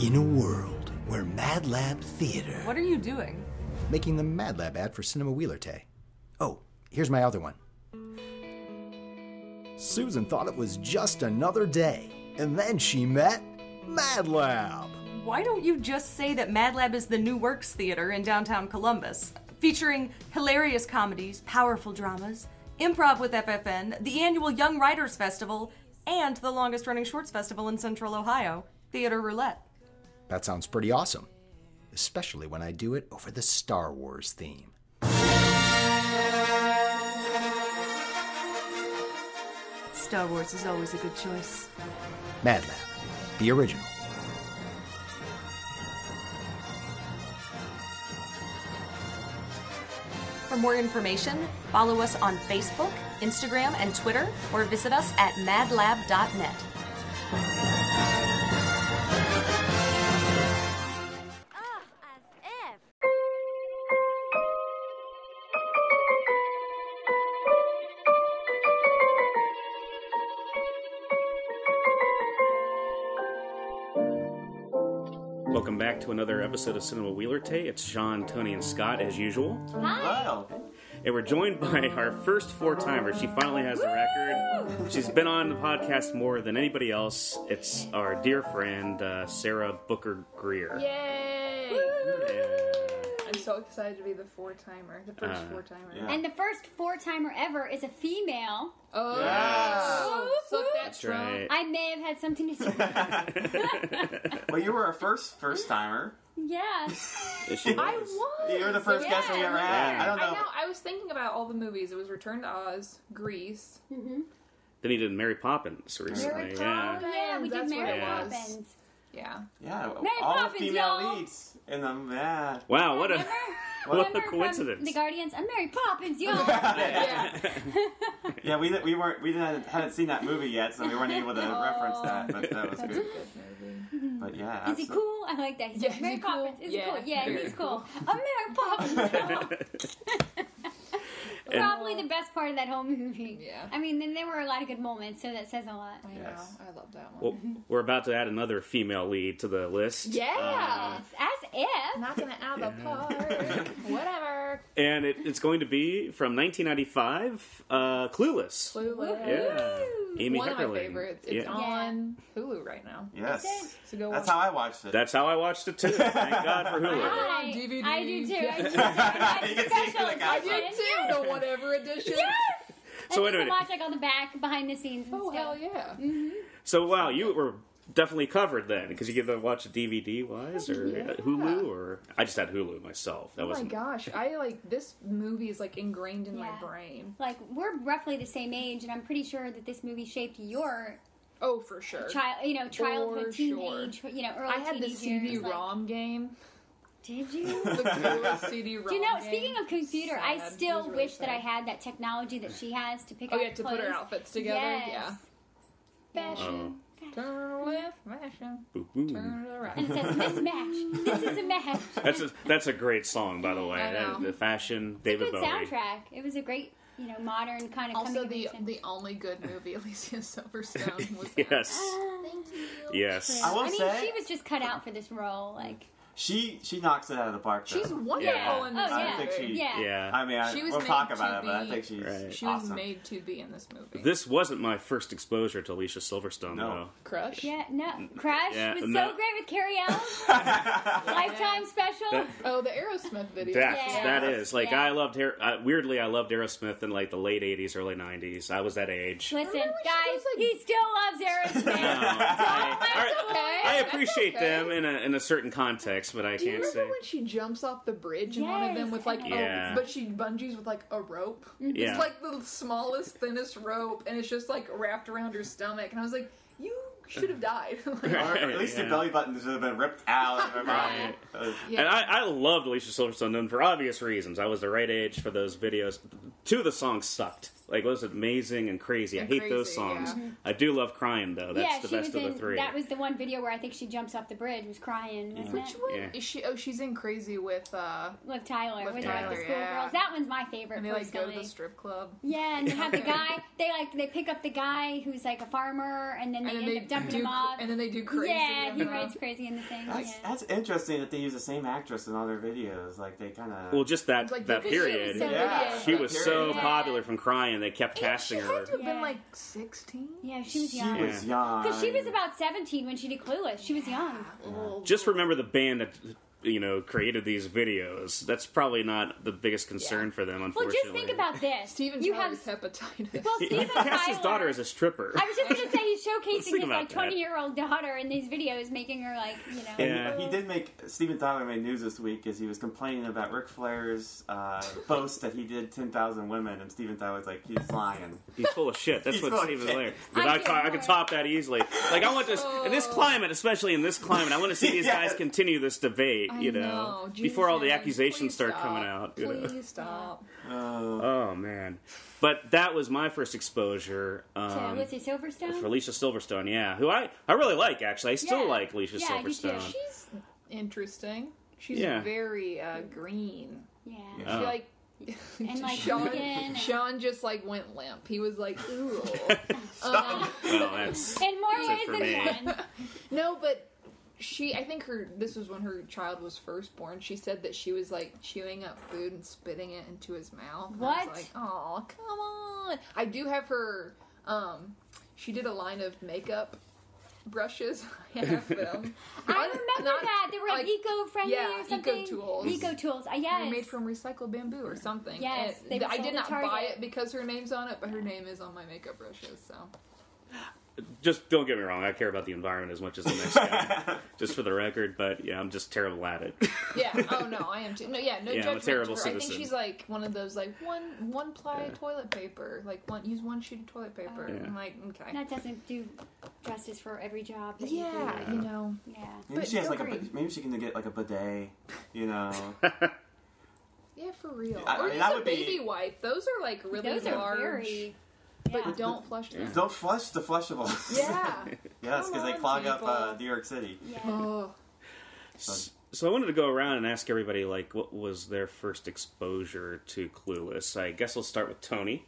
in a world where Mad Lab Theater. What are you doing? Making the Mad Lab ad for Cinema Wheelerte. Oh, here's my other one. Susan thought it was just another day, and then she met Mad Lab. Why don't you just say that Mad Lab is the new works theater in downtown Columbus, featuring hilarious comedies, powerful dramas, improv with FFN, the annual Young Writers Festival, and the longest running shorts festival in central Ohio, Theater Roulette. That sounds pretty awesome, especially when I do it over the Star Wars theme. Star Wars is always a good choice. Mad Lab, the original. For more information, follow us on Facebook, Instagram, and Twitter, or visit us at madlab.net. Ugh, as if. Welcome back to another episode of Cinema Wheeler Tay. It's Sean, Tony, and Scott as usual. Wow. And we're joined by our first four timer. She finally has the record. She's been on the podcast more than anybody else. It's our dear friend, uh, Sarah Booker Greer. Yay! I'm so excited to be the four timer, the first Uh, four timer. yeah. And the first four timer ever is a female. Oh, Yes. suck that That's trunk. right. I may have had something to do with that. Well, you were our first first timer. yeah. Is she- I was. You were the first Yeah, guest we ever had. yeah. I don't know. I know. I was thinking about all the movies. It was Return to Oz, Grease. Then he did Mary Poppins recently. Mary yeah. Oh, yeah, we did That's what Mary it was. Poppins. Yeah. Yeah, Mary all Poppins, female y'all. leads in them. Yeah. Wow, what a Remember? what a Remember from coincidence. The Guardians. I'm Mary Poppins, y'all. Yeah. Yeah, we, we weren't we didn't hadn't seen that movie yet, so we weren't able to reference that. But that was That's a good. good movie. But yeah, Is he absolutely. cool? I like that. He's Yeah, like, is Mary he cool? Poppins. Is Yeah. he cool? Yeah, Very he's cool. I'm Mary Poppins. y'all. Probably the best part of that whole movie. Yeah. I mean, then there were a lot of good moments, so that says a lot. I Yes. know. I love that one. Well, we're about to add another female lead to the list. Uh, yeah. It's as if. Knocking it out of the park. Whatever. And it, it's going to be from 1995, uh, Clueless. Clueless. Yeah. Amy One of my Heckerling. favorites. It's Yeah. on Hulu right now. Yes, So go that's watch how I watched it. That's how I watched it too. Thank God for Hulu. on I- DVD. I do too. I do too. I got You a can see special the guy- edition. it. too. The whatever edition. Yes. So So wait a minute. Watch like all the back behind the scenes and Oh stuff. hell yeah. So wow, you were definitely covered then because you get to watch DVD wise or uh Hulu or I just had Hulu myself. That Oh my wasn't gosh, I like this movie is like ingrained in Yeah. my brain. Like we're roughly the same age, and I'm pretty sure that this movie shaped your Oh, for sure. child, you know, childhood, For sure. teenage, you know, early I had the teenage years, like- CD-ROM game. did you? The coolest CD-ROM. Do you know? game. Speaking of computer, Sad. It I was still really wish that I sad. had that technology that she has to pick Oh, out yeah, to put her clothes. outfits together. Yes. Hmm. Yeah. uh, Fashion. Oh. Turn left, fashion. Boo, boo. Turn to the And right. it says mismatch. this is a match. That's a, that's a great song by the way. I know. The fashion, David Good Bowie. soundtrack. It was a great, you know, modern kind of Also, coming the of age. the only good movie Alicia Silverstone was. in. Yes. Yes. I will I mean, say she was just cut out for this role. Like, she she knocks it out of the park. Though. She's wonderful Yeah. in oh this I yeah, don't movie. think she- yeah. Yeah. I mean, I, She was we'll made talk to about it, but I be- think she's Right. She was awesome. made to be in this movie. this wasn't my first exposure to Alicia Silverstone No. though. Crush. Yeah, no. Crash Yeah, was no. so great with Carrie Ells. Lifetime special. That- Oh, the Aerosmith video. That Yeah. that is like Yeah. I loved her. I, weirdly, I loved Aerosmith in like the late '80s, early '90s. I was that age. Listen, Remember when she guys, was, like- he still loves No, Aerosmith. I, all right, Okay. I appreciate That's them okay. in a in a certain context, but I Do you can't remember say. when she jumps off the bridge and one of them Yes, with I like know. Yeah. a, but she bungees with like a rope. Yeah. It's like the smallest, thinnest rope, and it's just like wrapped around her stomach. And I was like, "You should have died." Like, Or at least Yeah. her belly buttons should have been ripped out of her body. Uh, And I, I loved Alicia Silverstone and for obvious reasons. I was the right age for those videos. Two of the songs sucked. Like, those amazing and crazy. I And hate those Crazy, songs. yeah. I do love crying, though. That's yeah, the she best was of the in. three. That was the one video where I think she jumps off the bridge, was crying, wasn't Which it? one Yeah. is she? Oh, she's in Crazy with uh, Liv Tyler Liv with Tyler, like the schoolgirls. yeah. That one's my favorite. and they like go to personally. the strip club. yeah, and they have the guy. They like they pick up the guy who's like a farmer, and then they And end then up they dumping do, him off. and then they do crazy. yeah, and he then- writes crazy in the thing. That's, yeah. that's interesting that they use the same actress in all their videos. Like they kind of. Well, just that Like, that because she was period. so- yeah, She was period. so Yeah. popular from crying, they kept Yeah, casting she had her. to have Yeah. been like 16. yeah, she was She young. was young. Because she was about 17 when she did Clueless. She was young. Oh, Just remember the band that you know created these videos. That's probably not the biggest concern for them, Well, unfortunately. just think about this. Steven you Tyler's have. hepatitis. Well, Steven Cass's Tyler- daughter is a stripper. I was just going to say he's Let's think showcasing his about like that. 20 year old daughter in these videos, making her like, you know. Yeah. He did make Steven Tyler made news this week because he was complaining about Ric Flair's uh, boast that he did ten thousand women, and Steven Tyler's like he's lying. He's full of shit. That's He's what full of Steven shit. Lair. But I, I'm ca- I, could doing top that easily. Like I want this in Oh. this climate, especially in this climate. I want to see these Yeah. guys continue this debate. I you know, Jesus, before all the Ellen, accusations please start stop. coming out. You know? Please stop. Uh, Oh man. But that was my first exposure. To Um, Lucy Silverstone. for Alicia Silverstone, yeah, who I, I really like actually. I still Yeah. like Alicia Yeah, I do too. Silverstone. She's interesting. She's Yeah. very uh, green. yeah. Oh. She like And like Sean, vegan. Sean just like went limp. He was like, ooh. uh, Well, that's In more Except ways for than me. one. no, but she. I think her. This was when her child was first born. She said that she was like chewing up food and spitting it into his mouth. And I was What? like, oh, come on. I do have her. Um, she did a line of makeup brushes. I have them. I remember Not- that. They were like, like, eco friendly yeah, or something. eco-tools. Eco tools. Uh, They're yes. made from recycled bamboo or something. Yes, And they were I sold did at not Target. buy it because her name's on it, but her name is on my makeup brushes. So just don't get me wrong. I care about the environment as much as the next guy, just for the record. But yeah, I'm just terrible at it. yeah. Oh no, I am too. No, yeah, no Yeah, I'm a judgment. to terrible her. I think citizen. she's like one of those like one one ply Yeah. toilet paper, like one use one sheet of toilet paper. Yeah. I'm like okay. That doesn't do justice for every job. That yeah, You you know. do. Yeah. maybe But she has feel like a free. bi- maybe she can get like a bidet, you know. Yeah, for real. I- I or mean, use that a would be- baby wipe. Those are like really Those are large, very. but yeah. don't flush them. Don't flush the flushables. Yeah. yes, because Come they on, clog people. up uh, New York City. yeah. oh. S- So I wanted to go around and ask everybody like what was their first exposure to Clueless. I guess we'll start with Tony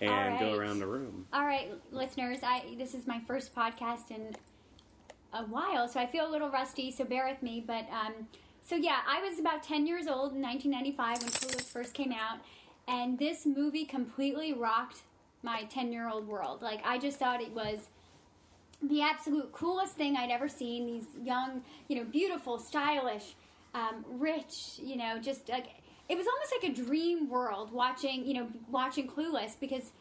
and go Alright. around the room. All right, listeners. I this is my first podcast in a while, so I feel a little rusty. So bear with me. But um, so yeah, I was about ten years old in 1995 when Clueless first came out, and this movie completely rocked my ten-year-old world. Like I just thought it was the absolute coolest thing I'd ever seen. These young, you know, beautiful, stylish, um, rich, you know, just like it was almost like a dream world watching, you know, watching Clueless because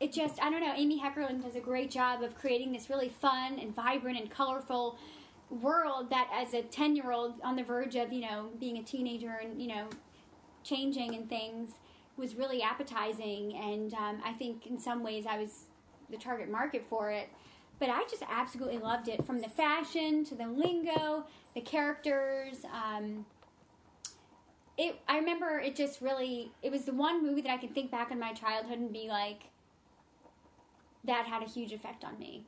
it just I don't know. Amy Heckerland does a great job of creating this really fun and vibrant and colorful world that, as a ten-year-old on the verge of, you know, being a teenager and you know, changing and things was really appetizing and um, i think in some ways i was the target market for it but i just absolutely loved it from the fashion to the lingo the characters um, it, i remember it just really it was the one movie that i can think back on my childhood and be like that had a huge effect on me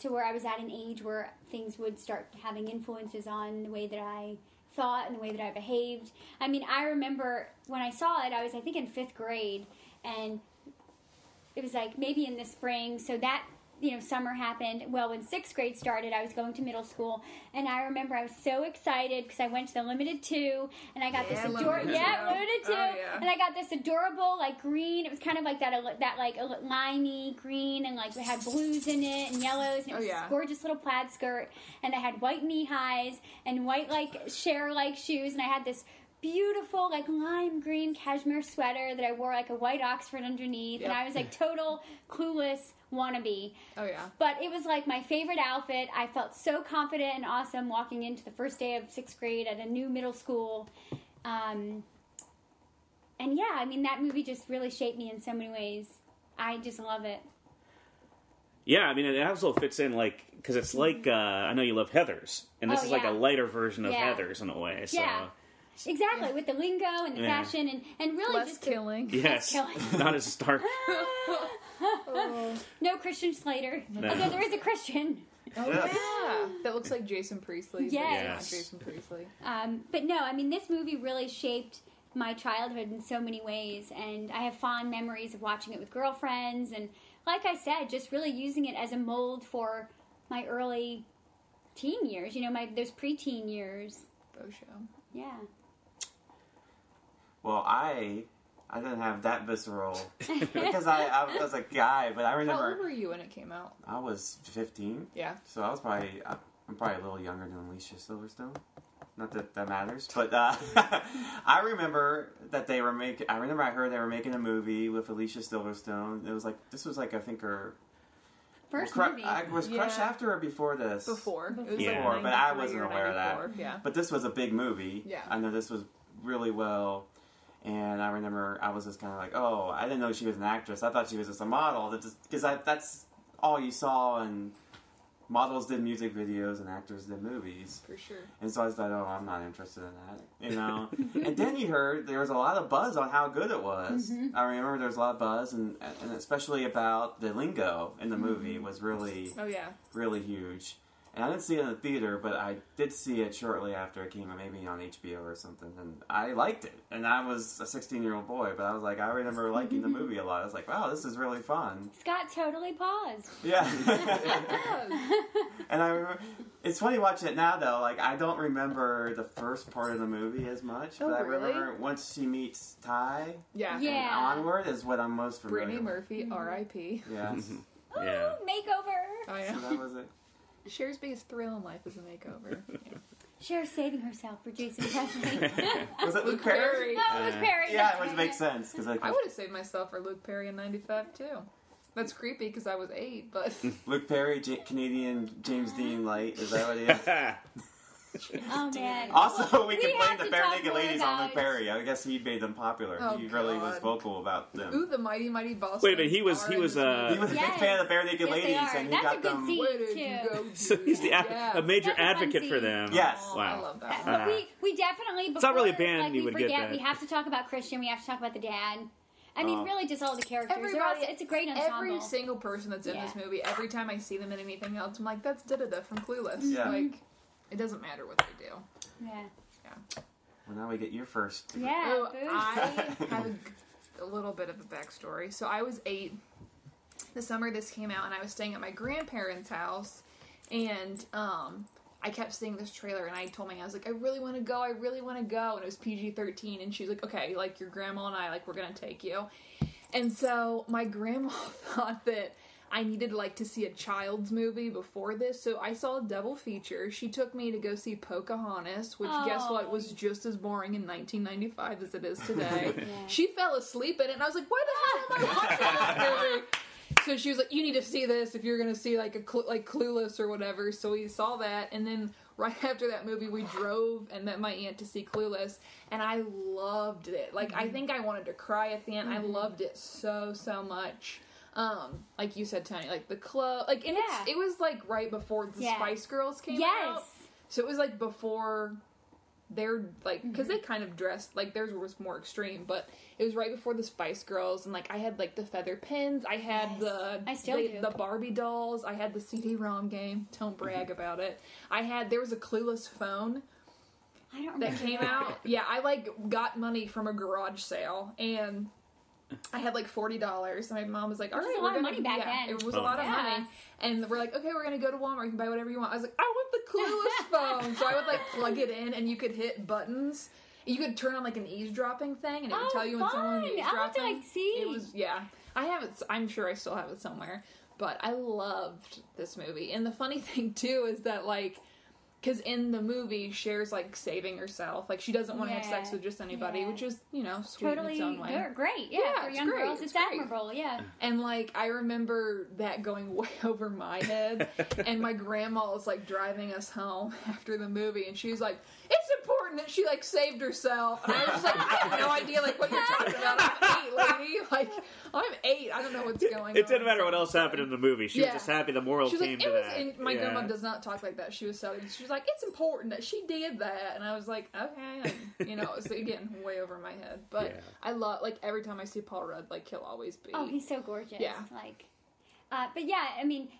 to where I was at an age where things would start having influences on the way that I thought and the way that I behaved. I mean, I remember when I saw it, I was, I think, in fifth grade, and it was like maybe in the spring. So that, you know, summer happened. Well, when sixth grade started, I was going to middle school, and I remember I was so excited because I went to the Limited 2, and I got Yeah, this adorable, Limited yeah, Two. Limited 2, Oh, yeah. and I got this adorable, like, green. It was kind of like that, that like, limey green, and like, it had blues in it and yellows, and it Oh, was this yeah. gorgeous little plaid skirt and I had white knee highs and white like share like shoes and I had this beautiful like lime green cashmere sweater that I wore like a white Oxford underneath and Yep. I was like total clueless wannabe. Oh yeah. But it was like my favorite outfit. I felt so confident and awesome walking into the first day of sixth grade at a new middle school. Um, and yeah, I mean that movie just really shaped me in so many ways. I just love it. Yeah, I mean, it also fits in like because it's like uh, I know you love Heather's, and this Mm-hmm. Oh, is like yeah. a lighter version of Yeah. Heather's in a way. So Yeah. Exactly, with the lingo and the Yeah. fashion and, and really Less just the- killing. yes, killing. not as stark. No Christian Slater. No. Although there is a Christian. Oh yeah. That looks like Jason Priestley. but it's not Yes. Jason Priestley. Um, but no, I mean, this movie really shaped my childhood in so many ways, and I have fond memories of watching it with girlfriends, and like I said, just really using it as a mold for my early teen years. You know, my those preteen years. Faux show. Yeah. Well, I I didn't have that visceral because I, I was a guy, but I How old remember were you when it came out? I was 15, Yeah. so I was probably I'm probably a little younger than Alicia Silverstone. Not that that matters, but uh, I remember that they were making. I remember I heard they were making a movie with Alicia Silverstone. It was like this was like I think her First Cru- movie. I was Yeah. Crush after or before this? Before. It was Yeah. like Before, but I 93 wasn't or aware of that. 94. Yeah. But this was a big movie. Yeah. I know this was really well. And I remember I was just kind of like, oh, I didn't know she was an actress. I thought she was just a model. That just because that's all you saw, and models did music videos and actors did movies. For sure. And so I was like, oh, I'm not interested in that, you know. and then you heard there was a lot of buzz on how good it was. I remember there was a lot of buzz, and and especially about the lingo in the movie was really Oh yeah. really huge. And I didn't see it in the theater, but I did see it shortly after it came out, maybe on HBO or something. And I liked it. And I was a 16 year old boy, but I was like, I remember liking the movie a lot. I was like, wow, this is really fun. Scott totally paused. Yeah. Yes. and I remember, it's funny watching it now though. Like, I don't remember the first part of the movie as much, Oh, but I really? remember once she meets Ty Yeah. Yeah. and onward is what I'm most familiar Brittany with. Murphy, R.I.P. Yes. Ooh, Yeah. makeover. I so know. that was it. Oh, Cher's biggest thrill in life is a makeover. Yeah. Cher's saving herself for Jason Presley. no, Was it Luke Perry. Perry? it was Perry. Yeah, that's which right. makes sense. Cause like, I would have saved myself for Luke Perry in '95 too. That's creepy because I was eight, but Luke Perry, J- Canadian James Uh-huh. Dean Light. Is that what he is? Oh man. Also, we We have complained to the Bare talk Naked more Ladies on Luke about- Perry. I guess he made them popular. Oh, he really was God. vocal about them. ooh, the mighty mighty boss. Wait a minute, minute, he was- he was, uh, He was a Yes. big fan of the Bare Naked Yes, they Ladies, are. and he That's a got good them. scene. Where did too. you go? so he's the dude? ad- yeah. a major That's a fun advocate for scene. them. Yes. Oh, Wow. I love that. But Ah. we, we definitely before, not really a band like, you we would get forget, that. We have to talk about Christian. We have to talk about the dad. I mean, Oh. really, just all the characters. They're Everybody- all- it's a great ensemble. Every single person that's in this Yeah. movie, every time I see them in anything else, I'm like, that's da da da from Clueless. Yeah. Like, it doesn't matter what they do. yeah, Well, now we get your first. yeah. Oh, boo. I have a, g- a little bit of a backstory. So I was eight the summer this came out, and I was staying at my grandparents' house, and um, I kept seeing this trailer, and I told my aunt, I was like, I really want to go, I really want to go, and it was PG thirteen, and she was like, okay, like your grandma and I, like we're gonna take you, and so my grandma thought that. I needed like to see a child's movie before this, so I saw a double feature. She took me to go see Pocahontas, which guess what Oh. was just as boring in 1995 as it is today. Yeah. She fell asleep in it, and I was like, "Why the hell am I watching this movie?" So she was like, "You need to see this if you're gonna see like a clu like Clueless or whatever." So we saw that, and then right after that movie, we drove and met my aunt to see Clueless, and I loved it. Like Mm-hmm. I think I wanted to cry at the end. I loved it so so much. Um, like you said, Tony, like the club, like and it's, Yeah. it was like right before the Yeah. Spice Girls came out. yes. So it was like before they're like because Mm-hmm. they kind of dressed like theirs was more extreme, but it was right before the Spice Girls and like I had like the feather pins, I had Yes. the I still the, do. the Barbie dolls, I had the CD-ROM game. Don't Mm-hmm. brag about it. I had there was a clueless phone I don't that remember came that. out. Yeah, I like got money from a garage sale and I had like forty dollars, and my mom was like, "All Which right, is a we're lot of gonna- money back yeah, then. It was a Oh. lot of Yeah. money, and we're like, "Okay, we're gonna go to Walmart. You can buy whatever you want." I was like, "I want the Clueless phone," so I would like plug it in, and you could hit buttons. You could turn on like an eavesdropping thing, and it would Oh, tell you when someone was fun! I'll eavesdropping. have to, like, see. It was yeah. I have it. I'm sure I still have it somewhere, but I loved this movie. And the funny thing too is that like. Because in the movie, Cher's like saving herself. Like, she doesn't want to have Yeah. sex with just anybody, Yeah. which is, you know, sweet in Totally its own way. they're great. Yeah, Yeah, for it's young great, girls, it's, it's great. admirable. Yeah. And like I remember that going way over my head, and my grandma was like driving us home after the movie, and she was like, "It's important that she like saved herself." And I was just like, "I have no idea like what you're talking about. I'm eight, lady. Like I'm eight. I don't know what's going on." It didn't matter what else happened in the movie. She Yeah. was just happy the moral She was came like, to "It was." that. In, my Yeah. grandma does not talk like that. She was Southern. She was like, "It's important that she did that," and I was like, "Okay," like, you know. It was again way over my head, but Yeah. I love like every time I see Paul Rudd, like he'll always be. Oh, he's so gorgeous. Yeah. Like, uh, but yeah, I mean,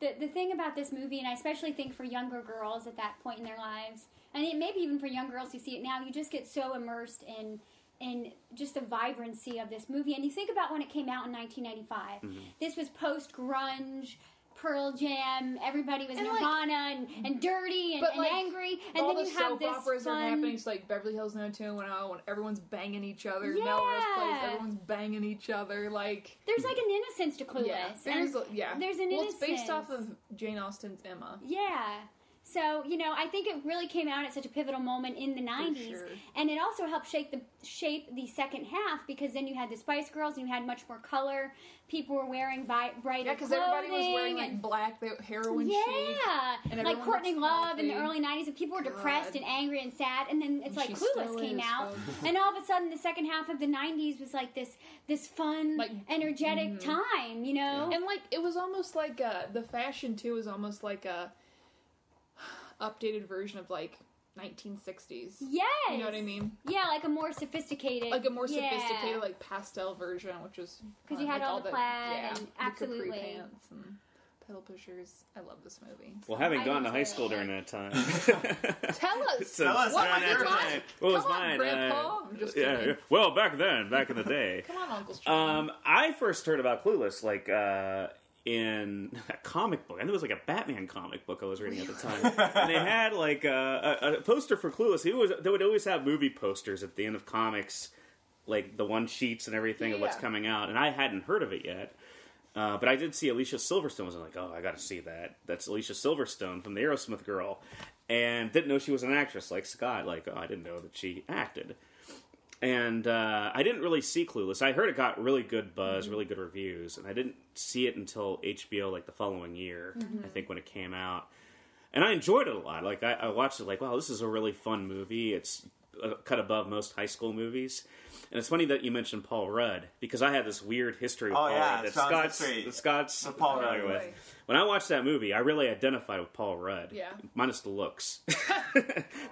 the the thing about this movie, and I especially think for younger girls at that point in their lives, and it, maybe even for young girls who see it now, you just get so immersed in and just the vibrancy of this movie. And you think about when it came out in 1995. Mm-hmm. This was post grunge. Pearl Jam, everybody was And, like- Nirvana and, and dirty and, But, and like, angry, and all then the you have soap this operas fun, are happening. It's like Beverly Hills 90210 oh, when everyone's banging each other. Melrose Place, Yeah. everyone's banging each other. Like There's like an innocence to Clueless. yeah, and there's a- yeah. there's an well, it's based innocence. off of Jane Austen's Emma. Yeah. So, you know, I think it really came out at such a pivotal moment in the 90s. sure. And it also helped shape the shape the second half because then you had the Spice Girls and you had much more color. People were wearing vi- brighter Yeah, because clothing. everybody was wearing like and- black they- heroin chic. yeah, and like everyone Courtney looks Love in the healthy. early '90s, and people were depressed God. and angry and sad. And then it's And like she Clueless still came is, out, folks. and all of a sudden, the second half of the '90s was like this, this fun, Like- mm-hmm. energetic time, you know? And like it was almost like uh the fashion too was almost like a updated version of like 1960s. yes, You know what I mean? Yeah, like a more sophisticated, Like a more yeah. sophisticated like pastel version which was Because you fun, had like, all the plaid and the capri absolutely. pants and pedal pushers. I love this movie. Well, having I gone to was high there. school during that time. Tell us. So- Tell us what about was it your like? time. What was Come on, mine? Grandpa. Uh, I'm just yeah, kidding. yeah. Well, back then, back in the day. Come on, Uncle Strom. Um, I first heard about Clueless like uh, in a comic book. I think it was like a Batman comic book I was reading at the time, and they had like a, a, a poster for Clueless. It was they would always have movie posters at the end of comics, like the one sheets and everything of what's Yeah. coming out. And I hadn't heard of it yet. Uh, but I did see Alicia Silverstone. I was like, oh, I got to see that. That's Alicia Silverstone from the Aerosmith Girl, and didn't know she was an actress like Scott. Like, oh, I didn't know that she acted and uh, I didn't really see Clueless. I heard it got really good buzz, really good reviews, and I didn't see it until HBO like the following year, I think, when it came out. And I enjoyed it a lot. Like I, I watched it, like wow, this is a really fun movie. It's uh, cut above most high school movies. And it's funny that you mentioned Paul Rudd because I had this weird history with Oh, Paul yeah, Rudd that Sean's Scott's, history that Scott's with Paul familiar Rudd. with. When I watched that movie, I really identified with Paul Rudd, Yeah. minus the looks.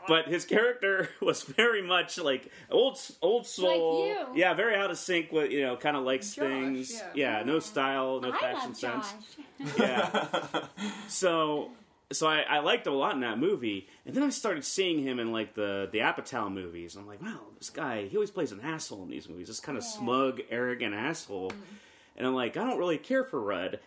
but his character was very much like old old soul. you. Yeah, very out of sync with you know, kind of likes Josh, things. yeah. no style, no I fashion love sense. Josh. Yeah. so so I, I liked him a lot in that movie, and then I started seeing him in like the the Apatow movies. I'm like, wow, this guy he always plays an asshole in these movies. This kind of smug, arrogant asshole. And I'm like, I don't really care for Rudd.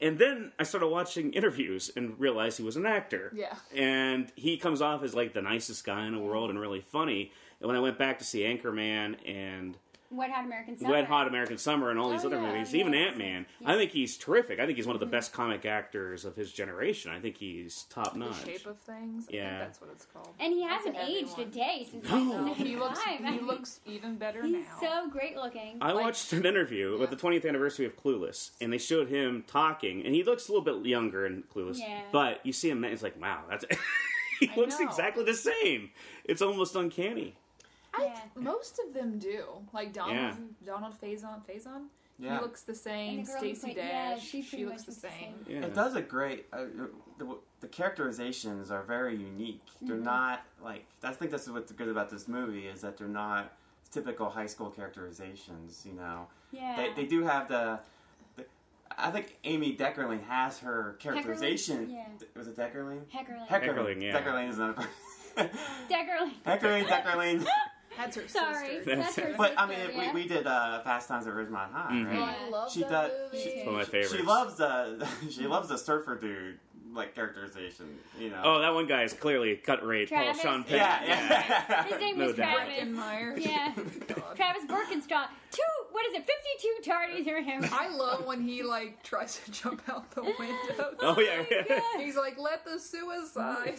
And then I started watching interviews and realized he was an actor. Yeah. And he comes off as like the nicest guy in the world and really funny. And when I went back to see Anchorman and Wet Hot American Summer. Red Hot American Summer and all these Oh, other yeah, Mm-hmm. movies, yeah. even Ant Man. I think he's terrific. I think he's one of the best comic actors of his generation. I think he's top the notch. shape of things. I Yeah. think that's what it's called. And he hasn't That's a heavy aged a one. day since No. He 1995. looks. I He mean, looks even better He's now. so great looking. I watched an interview with the 20th anniversary of Clueless, and they showed him talking, and he looks a little bit younger in Clueless, Yeah. but you see him, and it's like, wow, that's he looks know. exactly the same. It's almost uncanny. I, Yeah. Most of them do. Like Donald. Yeah. Donald Faison. Faison. Yeah. He looks the same. And the girl who Stacy played- yeah, Dash. she pretty much looks the looks the same. same. Yeah. It does a great. Uh, the, the characterizations are very unique. They're Mm-hmm. not like. I think that's what's good about this movie is that they're not typical high school characterizations. You know, yeah. they, they do have the, the. I think Amy Deckerling has her characterization. yeah. Was it Deckerling? Heckerling. Deckerling, yeah. Deckerling is another. Deckerling. Deckerling, Deckerling. That's her Sorry. sister. That's That's her it. But I mean, sister, yeah. we, we did uh, Fast Times at Ridgemont High, Mhm. right? Oh, I love She that does- movie. It's one of my favorites. She loves the she loves the surfer dude like characterization. You know. Oh, that one guy is clearly cut rate. Paul Travis. Sean Penn. yeah, yeah. His name No was doubt. Travis. Breckenmeyer. Yeah. God. Travis Birkenstock. Two, what is it, 52 tardies or him. I love when he like tries to jump out the window. Oh yeah. He's like, let the suicide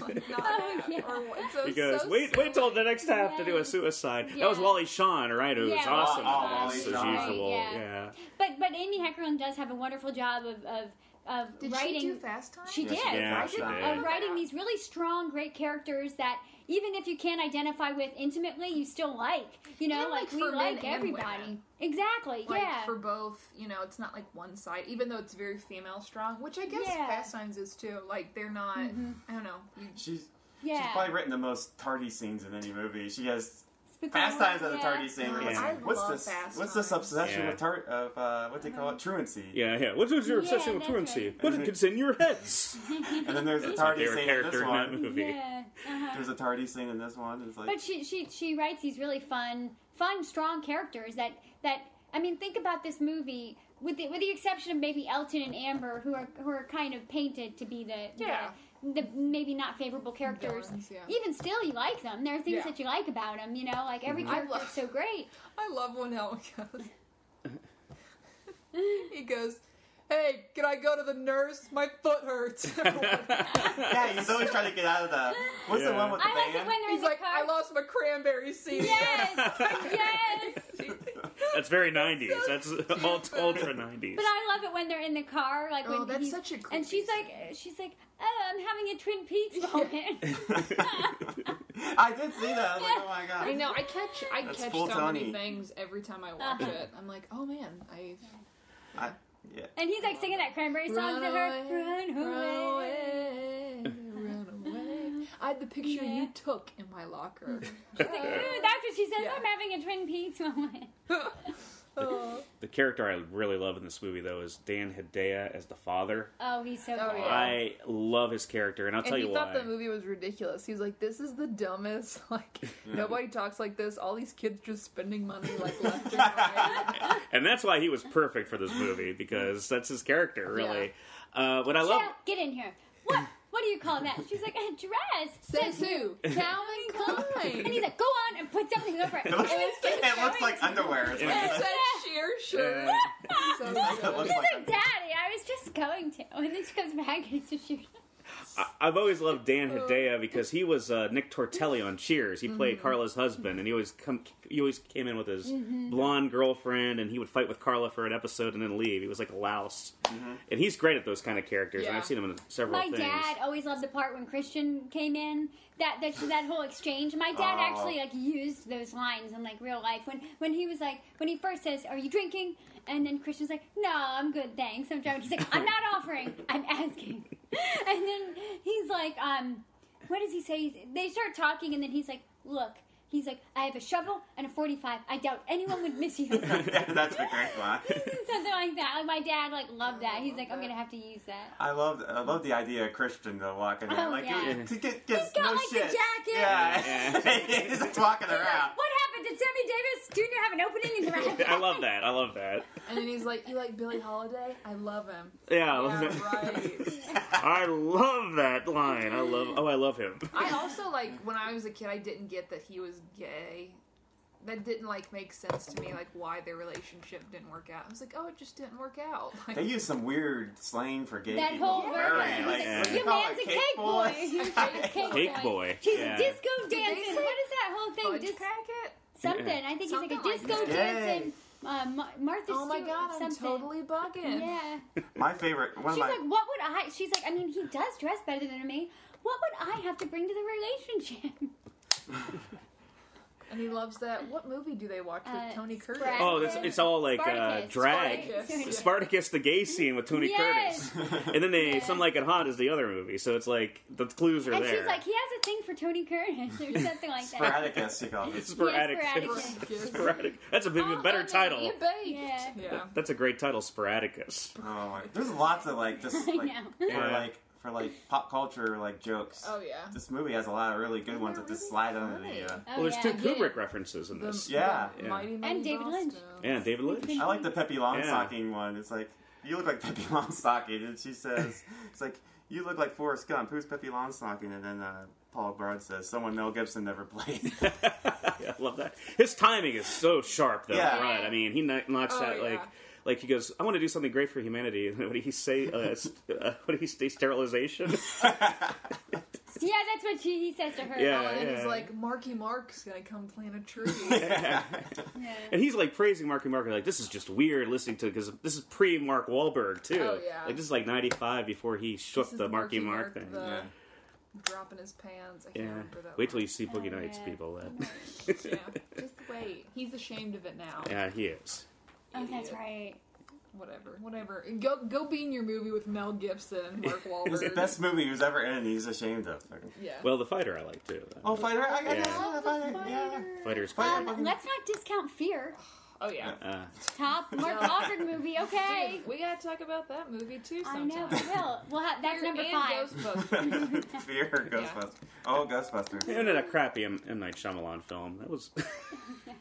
like, not Oh, happen," yeah. or what? So, He goes, so wait, wait till the next half to do a Yes. suicide. Yeah. That was Wally Shawn, right? It was Yeah, awesome. Oh, Wally in Shawn. this, Wally as Shawn. usual. Yeah. Yeah. But but Amy Heckerling does have a wonderful job of, of, of Did writing. she do fast time? She did. she did. Yeah, I she did not did. know of that. writing these really strong, great characters that even if you can't identify with intimately, you still like. You know, And, like, like, we for men like and everybody. women. Exactly. Like yeah. for both, you know, it's not like one side, even though it's very female strong, which I guess Yeah. Fast Times is too. Like they're not, I don't know. You, She's yeah. she's probably written the most tardy scenes in any movie. She has Spooky Fast Lord, Times at the yeah. tardy scene. Yeah. What's, I what's love this? Fast what's this Times. obsession Yeah. with tar- of uh, what they call it truancy? Yeah, yeah. What was your Yeah, obsession with that's truancy? right. What gets in your heads? And then there's a That's my tardy favorite scene in this character in that one. movie. Yeah. Uh-huh. There's a tardy scene in this one. It's like But she she she writes these really fun fun, strong characters that that I mean, think about this movie with the, with the exception of maybe Elton and Amber, who are who are kind of painted to be the Yeah. the, the maybe not favorable characters. Villains, yeah. Even still, you like them. There are things Yeah. that you like about them. You know, like every Mm-hmm. I character is love- so great. I love when Helen goes. he goes, "Hey, can I go to the nurse? My foot hurts." Yeah, he's always trying to get out of the. What's the Yeah. one with the I like it band? when they're in He's the like, car. "I lost my cranberry seed." yes, yes. That's very 90s. That's ult- ultra 90s. But I love it when they're in the car, like Oh, when that's he's- such a and she's like, she's like, oh, I'm having a Twin Peaks moment. I did see that. I was like, oh my god. I know. I catch. I That's catch so full Uh-huh. many Tony. things every time I watch it. I'm like, "Oh man, I." I, yeah. and he's like singing that cranberry song to her. Run away. run away. I had the picture Yeah. you took in my locker. She's like, "Ooh," that's what she says. Yeah. I'm having a Twin Peaks moment. oh. The character I really love in this movie, though, is Dan Hedaya as the father. Oh, he's so Oh, great. yeah. I love his character, and I'll And tell he you thought why. the movie was ridiculous. He was like, "This is the dumbest. Like, Mm. nobody talks like this. All these kids just spending money like left and right." and that's why he was perfect for this movie because that's his character, really. Uh, what I love, Yeah, get in here. What? What do you call that? She's like, a dress. Says who? Calvin And Klein. he's like, go on and put something over it. It looks, And it's just it looks showing- like underwear. It's like, It's that sheer shirt. uh, So it good. looks She's like like, Daddy, I was just going to. And then she comes back and it's a shoot. I- I've always loved Dan Oh. Hedaya because he was uh, Nick Tortelli on Cheers. He Mm-hmm. played Carla's husband, and he always come, he always came in with his Mm-hmm. blonde girlfriend, and he would fight with Carla for an episode and then leave. He was like a louse, and he's great at those kind of characters. And Yeah. I've seen him in several My things. dad always loved the part when Christian came in. That that that whole exchange. My dad Oh. actually like used those lines in like real life. When when he was like when he first says, "Are you drinking?" and then Christian's like, "No, I'm good, thanks. I'm driving." He's like, "I'm not offering. I'm asking." And then he's like, um, "What does he say?" He's, they start talking, and then he's like, "Look." He's like, I have a shovel and a 45. I doubt anyone would miss you. Something That's the great one. like that. Like my dad, like loved that. He's like, I'm gonna have to use that. I love I love the idea of Christian though walking in Oh, like yeah. he- he get, gets got, no like, the shit. jacket. Yeah, he's just walking around. What happened? Did Sammy Davis Jr. have an opening in the round? I love that. I love that. And then he's like, "You like Billie Holiday? I love him." Yeah, I love Yeah, that. right. I love that line. I love. Oh, I love him. I also like when I was a kid, I didn't get that he was gay. That didn't like make sense to me, like why their relationship didn't work out. I was like, oh, it just didn't work out. Like, They use some weird slang for gay That people. whole Very, word. He's like, like, what do You call man's it, a cake boy. He's a cake, Cake boy. He's Yeah. disco Did dancing. they say What is that whole thing? fudge Dis- packet? something. I think Something he's like a like disco that. dancing. Yay. Uh, Ma- Martha Oh my Stewart, god, I'm something. totally bugging. Yeah. My favorite. One She's of my. like, what would I? She's like, I mean, he does dress better than me. What would I have to bring to the relationship? And he loves that. What movie do they watch with Uh, Tony Curtis? Sprat- Oh, it's, it's all like uh, Spartacus. drag. Spartacus. Spartacus. the gay scene with Tony Yes. Curtis, and then they some like it hot is the other movie. So it's like the clues are and there. she's like, he has a thing for Tony Curtis or something like that. Sporadicus, you call it. sporadic. Sporadicus. sporadic. That's a bit Oh, better and then title. You baked. Yeah. yeah. That's a great title, Sporadicus. Oh my. There's lots of like just like know. for Yeah. like for like pop culture like jokes. Oh, yeah. This movie has a lot of really good ones they're that just really slide under funny. the. Uh, Oh, well, there's yeah. two get Kubrick it. references in The- this. Yeah. the Yeah. Mighty, mighty And David Boston. Lynch. Yeah, David Lynch. I like the Peppy Longstocking one. It's like you look like Peppy Longstocking, and she says, "It's like you look like Forrest Gump. Who's Peppy Longstocking?" And then uh, Paul Bard says, "Someone Mel Gibson never played." Yeah, I love that. His timing is so sharp, though. Yeah. Right? I mean, he kn- knocks Oh, that yeah. like. Like he goes, I want to do something great for humanity. And what did he say? Uh, st- uh, what did he say? Sterilization. Yeah, that's what she, he says to her. Yeah. Oh, And then he's Yeah. like, Marky Mark's gonna come plant a tree. Yeah. And he's like praising Marky Mark. Like this is just weird listening to because this is pre Mark Wahlberg too. Oh, yeah. Like this is like '95 before he shook This is the Marky, Mark, thing. the yeah. dropping his pants. I can't yeah. remember that. Wait till line. you see Boogie Oh, Nights, yeah. people. That. Yeah, just wait. He's ashamed of it now. yeah, he is. Oh, that's right. Whatever, whatever. Go, go be in your movie with Mel Gibson and Mark Wahlberg. It was the best movie he was ever in. and He's ashamed of. Yeah. Well, the fighter I like too. Oh, fighter! I, I Yeah. just saw the fighter. Yeah. Fighter's Fighter. great. Um, let's not Um, discount fear. Oh yeah. Uh, Top Mark Wahlberg movie. Okay. Dude, we gotta talk about that movie too I sometime. know. We will. We'll have that's Fear number and five. Ghostbusters. Fear Ghostbusters. Oh, Ghostbusters. and then a crappy M. M. Night Shyamalan film. That was.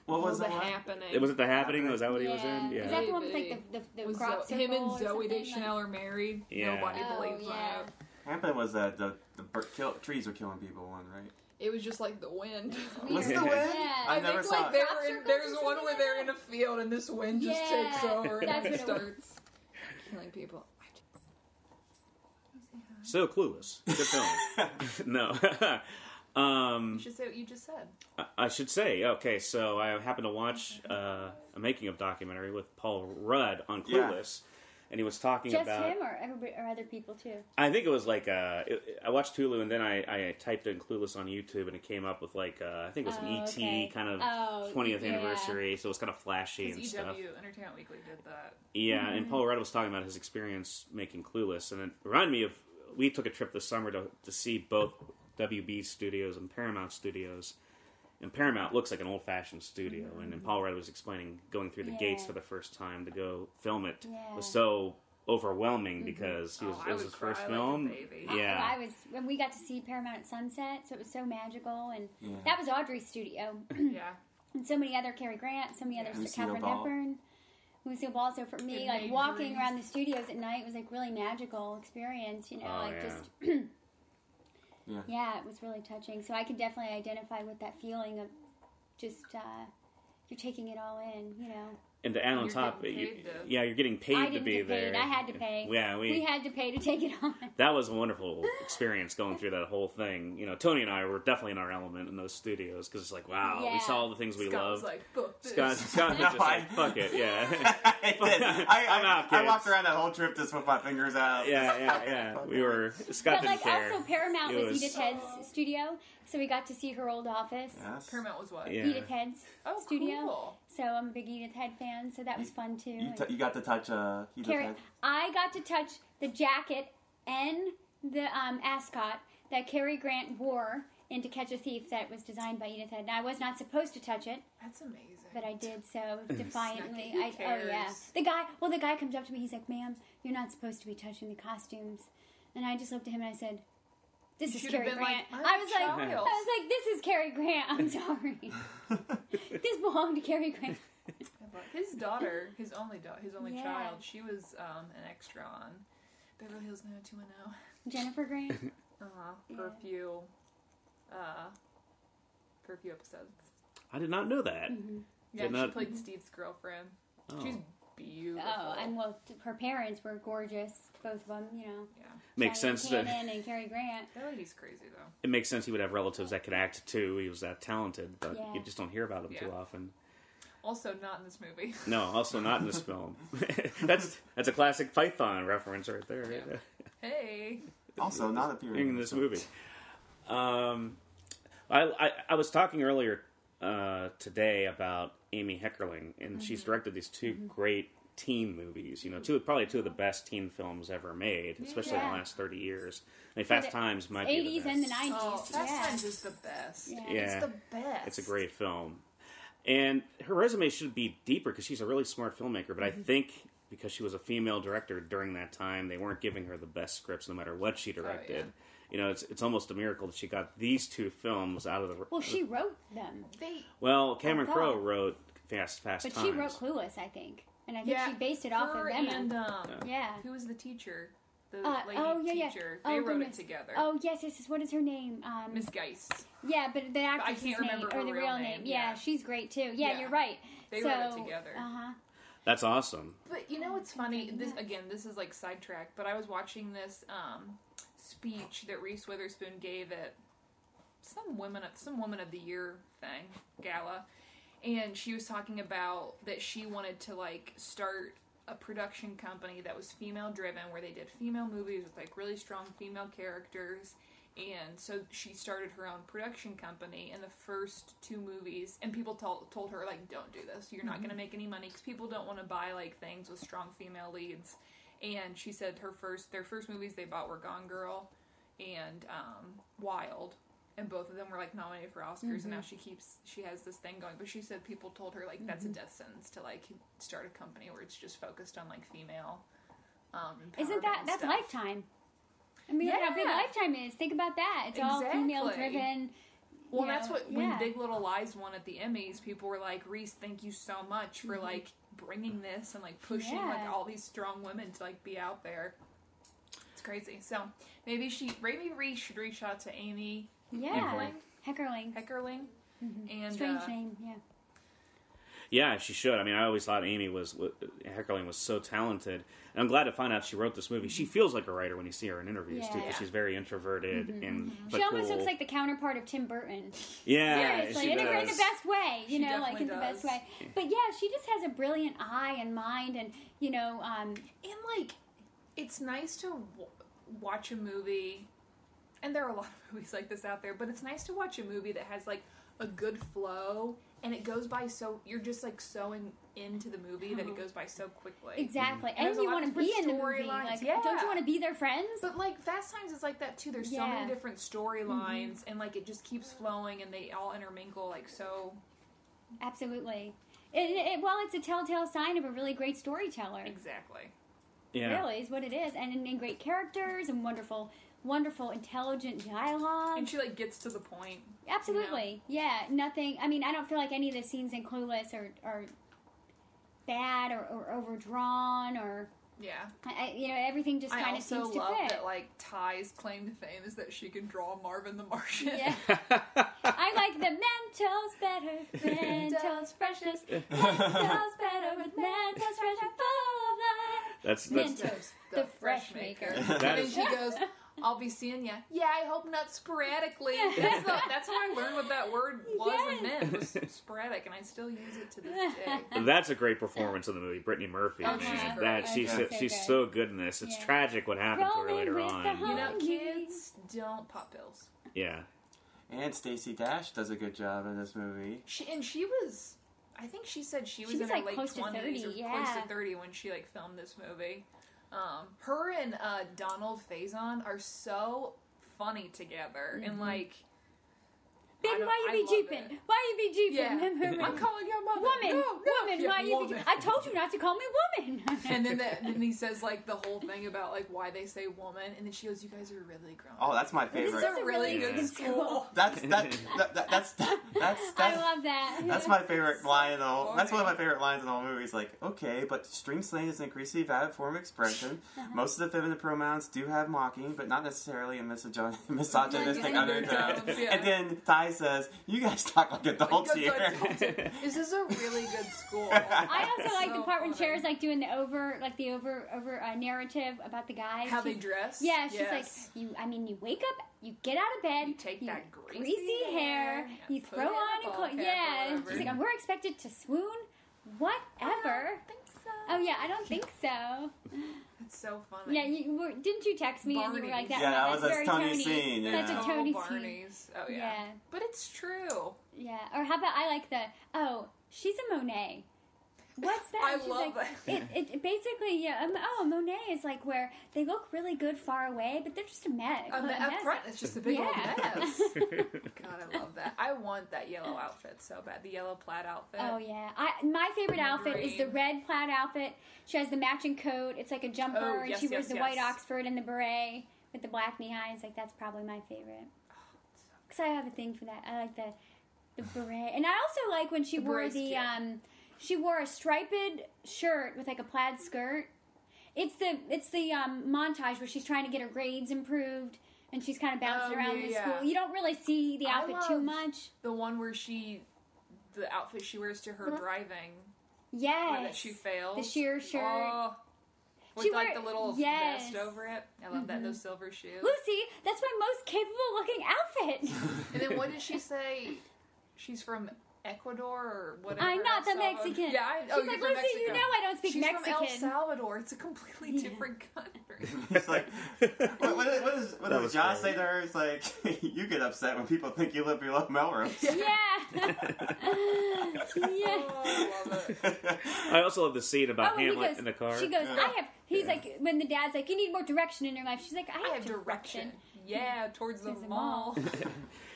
What What was was the it one? happening? it was it the happening. Was that what he was in? Yeah. Is Yeah. that the one with like the the, the Was crop Zo- him circle and or Zoe something? Deschanel are married. Yeah. Nobody Oh, believes yeah. that. Happening was uh, the the bir- kill- trees were killing people one, right? It was just like the wind. Like, Was it the weird. wind? Yeah. I I, never think saw like it. they Crop were in, circles or there's one something where like they're that? in a field and this wind just Yeah, takes over that's and what it was. starts killing people. I just- So clueless. Good film. no. um, You should say what you just said. I- I should say, okay, so I happened to watch uh, a making of documentary with Paul Rudd on Yeah. Clueless, and he was talking Just about. him or everybody or other people too? I think it was like uh, it- I watched Hulu, and then I, I typed in Clueless on YouTube, and it came up with like uh, I think it was an Oh, ET okay. kind Oh, of twentieth yeah. E anniversary, so it was kind of flashy and Because stuff. EW Entertainment Weekly did that. Yeah, Mm-hmm. and Paul Rudd was talking about his experience making Clueless, and it reminded me of we took a trip this summer to, to see both WB Studios and Paramount Studios. And Paramount looks like an old fashioned studio, and, Mm-hmm. and Paul Rudd was explaining going through the gates Yeah. for the first time to go film it Yeah. was so overwhelming because he was, Oh, I it was would his first cry like a film. baby. Yeah, I was when we got to see Paramount at Sunset, so it was so magical, and Yeah. that was Audrey's studio, Yeah. and so many other Cary Grant, so many others, Lucille Catherine Ball. Hepburn, Lucille Ball. So for me, Good like night walking breeze. around the studios at night was like really magical experience, you know, Oh, like yeah. just Yeah. yeah, it was really touching. So I could definitely identify with that feeling of just uh, you're taking it all in, you know. and to add on You're top, getting you- paid to- yeah, you're getting paid I to didn't be get there. paid. I had to pay. Yeah, we, We had to pay to take it on. that was a wonderful experience going through that whole thing. You know, Tony and I were definitely in our element in those studios because it's like, wow, we Yeah. saw all the things we Scott loved. was like, fuck this. Scott, Scott was just No, I- like, fuck it, yeah. I, did. I, I'm I, out, I kids. walked around that whole trip just with my fingers out. yeah, yeah, yeah. We were, Scott but didn't like care. also Paramount It was, was- Edith Head's studio, so we got to see her old office. Yes. Paramount was what? Yeah. Edith Head's Oh, studio. cool. So I'm a big Edith Head fan, so that was fun too. You, And t- you got to touch uh, you Carrie, touch- I got to touch the jacket and the um, ascot that Cary Grant wore in To Catch a Thief that was designed by Edith Head. And I was not supposed to touch it, That's amazing. but I did so defiantly. Who I, oh yeah, cares? the guy. Well, the guy comes up to me. He's like, "Ma'am, you're not supposed to be touching the costumes." And I just looked at him and I said, "This You is should have Cary been like, Grant." "I'm I was a like, I child." was like, "This is Cary Grant." I'm sorry. this belonged to Cary Grant. His daughter, his only daughter, his only Yeah. child, she was um, an extra on Beverly Hills 90210 Jennifer Grant. uh-huh, for Yeah. a few, uh, for a few episodes. I did not know that. Mm-hmm. Yeah, Did she not- played Steve's girlfriend. Oh. She's beautiful. Oh, and well, t- her parents were gorgeous, both of them. You know, yeah, Makes Diane sense that Cannon and Cary Grant. that lady's crazy though. it makes sense he would have relatives that could act too. He was that talented, but Yeah. you just don't hear about him too Yeah. often. Also, not in this movie. No, also not in this film. that's that's a classic Python reference right there. Yeah. hey, Also, not appearing in this movie. Um, I, I I was talking earlier uh, today about Amy Heckerling, and she's Mm-hmm. directed these 2 great teen movies. You know, two probably two of the best teen films ever made, especially in Yeah. the last thirty years. I mean, Fast the Times might be the Eighties and the best. nineties. oh, Fast yeah. Times is the best. Yeah. Yeah. It's the best. It's a great film. And her resume should be deeper because she's a really smart filmmaker. But Mm-hmm. I think because she was a female director during that time, they weren't giving her the best scripts no matter what she Oh, directed. You know, it's, it's almost a miracle that she got these two films out of the. Well, she wrote them, They Well, Cameron Oh, God. Crowe wrote Fast Fast but Times. she wrote Clueless, I think, and I think Yeah, she based it off of her them. and um, yeah. who was the teacher? The Uh, lady oh yeah, yeah. teacher. oh, They wrote goodness. it together. Oh yes, yes, yes. What is her name? Um, Miss Geist. yeah, but the actress's name can't remember or her the real real name. name, Yeah. yeah. she's great too. Yeah, Yeah. you're right. They so, wrote it together. Uh huh. That's awesome. But you know what's funny? This again, this is like sidetracked. But I was watching this um, speech that Reese Witherspoon gave at some women some woman of the year thing gala, and she was talking about that she wanted to like start a production company that was female driven, where they did female movies with like really strong female characters. And so she started her own production company, and the first two movies, and people told told her like, "Don't do this. You're not going to make any money because people don't want to buy like things with strong female leads." And she said her first, their first movies they bought were Gone Girl, and um, Wild, and both of them were like nominated for Oscars, and Mm-hmm. now she keeps she has this thing going. But she said people told her like Mm-hmm. that's a death sentence to like start a company where it's just focused on like female. Um, Isn't that empowerment that's stuff. lifetime? I mean, look how big Yeah. lifetime is. Think about that. It's all Exactly. female driven. Well, that's what when yeah. Big Little Lies won at the Emmys, people were like, "Reese, thank you so much for like bringing this and like pushing Mm-hmm. Yeah. like all these strong women to like be out there." It's crazy. So maybe she, maybe Reese should reach out to Amy Yeah, Heckerling. Heckerling. Heckerling and Mm-hmm. Strange uh, name. Yeah. Yeah, she should. I mean, I always thought Amy was wa- Heckerling was so talented, and I'm glad to find out she wrote this movie. She feels like a writer when you see her in interviews too, Mm-hmm. Yeah. Mm-hmm. because she's very introverted and but She almost cool. looks like the counterpart of Tim Burton. yeah, Seriously, she in, a, in the does. best way, you She know, like in the definitely best does. way. But yeah, she just has a brilliant eye and mind, and you know, um, and like it's nice to w- watch a movie and there are a lot of movies like this out there but it's nice to watch a movie that has like a good flow and it goes by so you're just like so in, into the movie Uh-huh. that it goes by so quickly exactly. And And, there's a you lot want to of different be in the movie. storylines, Like, yeah. don't you want to be their friends? But like Fast Times is like that too. There's so Yeah. Mm-hmm. many different storylines, and like it just keeps flowing, and they all intermingle like so. Absolutely. It, it, well, it's a telltale sign of a really great storyteller. Exactly. yeah. Really, is what it is, and, and great characters and wonderful, wonderful, intelligent dialogue. And she like gets to the point. Absolutely. Yeah. Nothing. I mean, I don't feel like any of the scenes in Clueless are, are bad or, or overdrawn or, Yeah. I, I- you know, everything just I kind of also seems to love fit. that like Ty's claim to fame is that she can draw Marvin the Martian. yeah. I like the Mentos better. Mentos precious. Mentos better with Mentos fresh and full That's that's of life. Mentos, the fresh maker. That and is- then she goes, "I'll be seeing ya." Yeah, I hope not sporadically. That's, the, that's what I learned what that word was and Yes. meant. Was sporadic, and I still use it to this day. that's a great performance in the movie. Brittany Murphy, Oh, man, she's great. that she's Yeah. so, she's so good in this. It's Yeah. tragic what happened to her Rolling later with the on. You but- know, kids don't pop pills. yeah, And Stacey Dash does a good job in this movie. She and she was. I think she said she was She was, in her like, late close to 30, twenties or close yeah. to thirty when she like filmed this movie. Um, her and uh, Donald Faison are so funny together, Mm-hmm. and like, I Big, don't- why I you love be jeeping? it. Why you be jeeping? yeah, I'm calling your mother, Woman, No, no, woman, yeah, why you be? woman. I told you not to call me woman. and then, the, then he says like the whole thing about like why they say woman, and then she goes, "You guys are really grown." Oh, that's my This favorite. is a really Yeah. good school. That's that, that, that that's that, that's I that's love that. that's my favorite line in the whole. That's one of my boring. favorite lines in the whole movie. Is like, okay, but string slang is an increasingly valid form of expression. Most of the feminine pronouns do have mocking, but not necessarily a misogyn- misogynistic Like undertones, undertone. yeah. And then Ty says, "You guys talk like You adults guys here." are adults. this is a really good school. I also like So the part when funny. Cher's like doing the over, like the over, over uh, narrative about the guys. How they She's- dress? Yeah, she's Yes. like, you. I mean, you wake up, you get out of bed, You take that greasy hair, hair, you put throw it in a on a ball coat. cap or Yeah, and she's whatever. like, we're expected to swoon, I whatever. don't think so. Oh yeah, I don't think so. It's so funny. Yeah, you were, didn't you text me and you were like that? Yeah, that that's was a very Tony Tony scene, That's yeah. a Total Tony scene. Barney's. Oh yeah. Yeah. But it's true. Yeah, or how about I like the oh, she's a Monet. What's that? I She's love like, it. It, basically, yeah. Um, oh, a Monet is like where they look really good far away, but they're just a mess. Um, a the up mess. front is just a big Yeah. old mess. God, I love that. I want that yellow outfit so bad. The yellow plaid outfit. Oh yeah, I my favorite outfit is the Green. red plaid outfit. She has the matching coat. It's like a jumper, Oh, and yes, she wears yes, the white yes. Oxford and the beret with the black knee highs. Like that's probably my favorite. Oh, Cause I have a thing for that. I like the the beret, and I also like when she The wore beret's the cute. um she wore a striped shirt with like a plaid skirt. It's the it's the um, montage where she's trying to get her grades improved. And she's kind of bouncing Oh, around yeah, the yeah. school. You don't really see the I outfit too love- much. The one where she, the outfit she wears to her Uh-huh. driving, Yes. where that she fails. The sheer shirt. Oh. With She like wear- the little yes. Mm-hmm. vest over it. I love that. Those silver shoes. Lucy, that's my most capable looking outfit. And then what did she say? She's from Ecuador or whatever. I'm not the El Salvador. Mexican. Yeah, I, She's oh, you're like, from Lucy, you Mexico. know I don't speak She's from El Mexican. Salvador. It's a completely different country. it's like, what, what, is- what is what That does was John great. say to her? It's like, you get upset when people think you live below Melrose. yeah. yeah. Oh, I love it. I also love the scene about Oh, and he Hamlet goes, in the car. She goes, Yeah. I have. He's like, when the dad's like, you need more direction in your life. She's like, I have, I have direction. Yeah, towards the Towards the mall.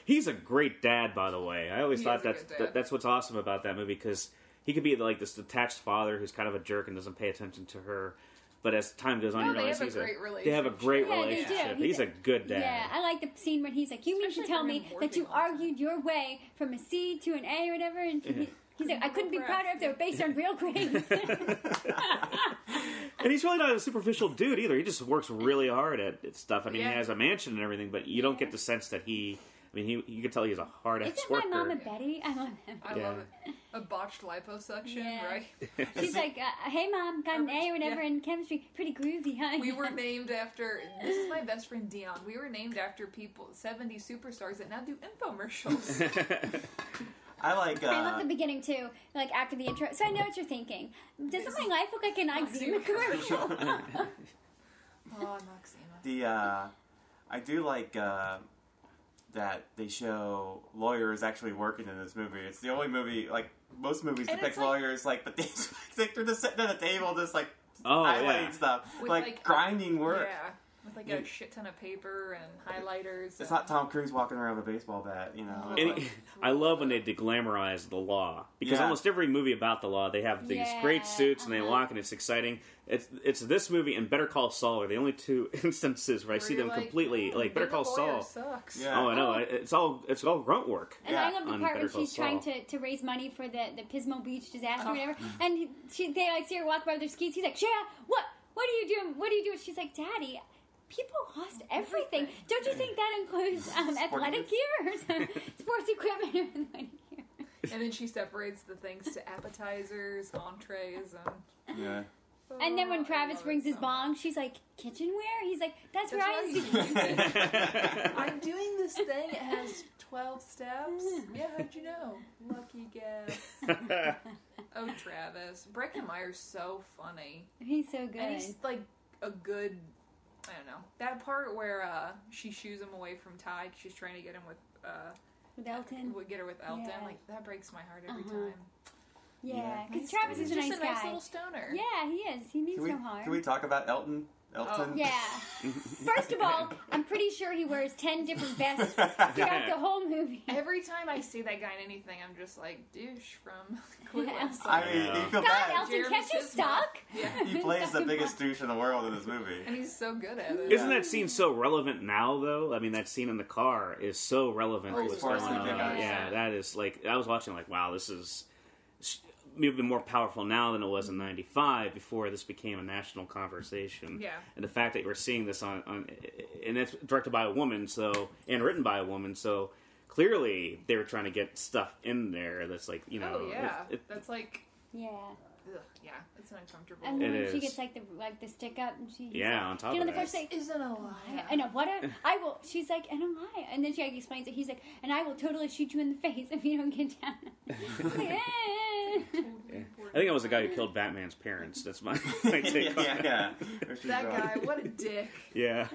He's a great dad, by the way. I always He thought is a that's good that, dad. that's what's awesome about that movie because he could be like this detached father who's kind of a jerk and doesn't pay attention to her. But as time goes on, No, you they realize have a he's great They have a great relationship. they do. Yeah, relationship. He's He's a- a good dad. Yeah, I like the scene when he's like, "You mean to Especially tell for me him that you working on it. argued your way from a C to an A or whatever?" And he- he's like, "I couldn't be prouder if they were based on real grades." And he's really not a superficial dude either. He just works really hard at, at stuff. I mean, Yeah. he has a mansion and everything, but you don't get the sense that he. I mean, he you can tell he's a hard ass Isn't my worker. mom a Betty? I love him. I Yeah. love it. A botched liposuction, Yeah. right? She's like, uh, "Hey, mom, got an A or whatever Yeah. in chemistry. Pretty groovy, huh?" We were named after. This is my best friend Dion. We were named after people, seventy superstars that now do infomercials. I like. Uh, I love the beginning too, like after the intro. So I know what you're thinking. Doesn't my life look like an eczema commercial? oh, Noxema. the uh, I do like uh, that they show lawyers actually working in this movie. It's the only movie like most movies And depict it's like- lawyers like, but they like they're just sitting at a table just like Oh, yeah. highlighting stuff, With, like, like, uh, grinding work. Yeah, with like Yeah. a shit ton of paper and highlighters. It's and- not Tom Cruise walking around with a baseball bat, you know. It's And like- he- I love when they deglamorize the law because Yeah. almost every movie about the law they have these Yeah, great suits and they uh-huh. walk and it's exciting. It's it's this movie and Better Call Saul are the only two instances where I Where see you're them like, completely "Oh, like Better being a Call lawyer Saul. Sucks. Yeah. Oh, I know. It's all it's all grunt work. And I Yeah, love the on part Better when Call she's trying Saul. to, to raise money for the, the Pismo Beach Oh. disaster or whatever. Mm-hmm. And he- she, they like see her walk by with her skis. He's like, Shaya, what what are you doing? What are you doing? She's like, Daddy, people lost everything. Don't you think that includes um, athletic gear or some sports equipment or athletic gear? And then she separates the things to appetizers, entrees, and. yeah. And then Oh, when I Travis love brings it his so bong, she's like, kitchenware? He's like, that's, That's where I right. used to keep it." I'm doing this thing. It has 12 steps. Yeah, how'd you know? Lucky guess. Oh, Travis. Breckenmeyer's so funny. He's so good. And he's like a good. I don't know. That part where uh, she shoos him away from Ty 'cause she's trying to get him with. Uh, With Elton. would get her with Elton. Yeah. Like, that breaks my heart every Uh-huh. time. Yeah, Yeah. because Nice Travis dude. is a He's nice just guy. nice little stoner. Yeah, he is. He means Can we, no harm. can we talk about Elton? Oh, Elton? Yeah. First of all, I'm pretty sure he wears ten different vests throughout the whole movie. Every time I see that guy in anything, I'm just like, douche from Yeah. Clueless. I mean, Yeah. you feel God, bad. Elton, Jeremy can't you Sismoff. suck? He plays the Suck biggest him douche in the world in this movie. And he's so good at it. Isn't that scene so relevant now, though? I mean, that scene in the car is so relevant Oh, to what's it's going awesome. on. Yeah. Yeah, that is like I was watching, like, wow, this is s- maybe more powerful now than it was in '95 before this became a national conversation. Yeah. and the fact that we're seeing this on, on and it's directed by a woman, so and written by a woman, so clearly they were trying to get stuff in there that's like you know, Oh, yeah. it- it- That's like. Yeah, Ugh, yeah, it's an uncomfortable. and It then she is. gets like the like the stick up, and she he's yeah, like, on top you know of the that. first thing. isn't a lie. I know what a, I will. She's like, and a lie, and then she like, explains it. He's like, and I will totally shoot you in the face if you don't get down. Like, eh. I think I was the guy who killed Batman's parents. That's my, my yeah, take on it. yeah. That guy, what a dick. Yeah.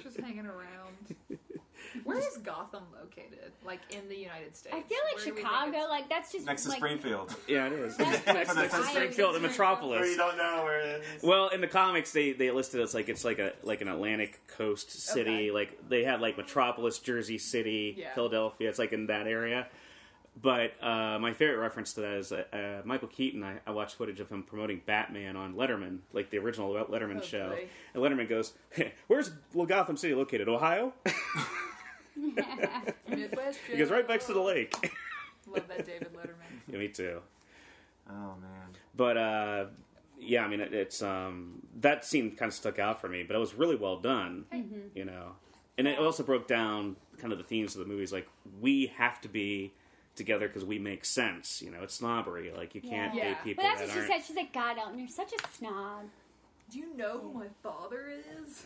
Just hanging around. Where is Gotham located? Like in the United States? I feel like Where do we think Chicago, it's- like that's just Next to like, Springfield. Yeah, it is. That's- next next to that's- Springfield, the Where you metropolis. don't know where it is. Well, in the comics, they they listed us like it's like a like an Atlantic coast city. Okay. Like they had like Metropolis, Jersey City, Yeah. Philadelphia. It's like in that area. But uh, my favorite reference to that is uh, uh, Michael Keaton. I, I watched footage of him promoting Batman on Letterman, like the original Letterman Oh, show. boy. And Letterman goes, "Where's well, Gotham City located? Ohio? Midwest. he goes right next to the lake." Love that David Letterman. yeah, me too. Oh man. but uh yeah i mean it, it's um that scene kind of stuck out for me but it was really well done Mm-hmm. you know and it also broke down kind of the themes of the movies like we have to be together because we make sense you know it's snobbery like you can't Yeah. Yeah. date But people But that's that what she aren't said. She's like, God, Elton, you're such a snob. Do you know who my father is?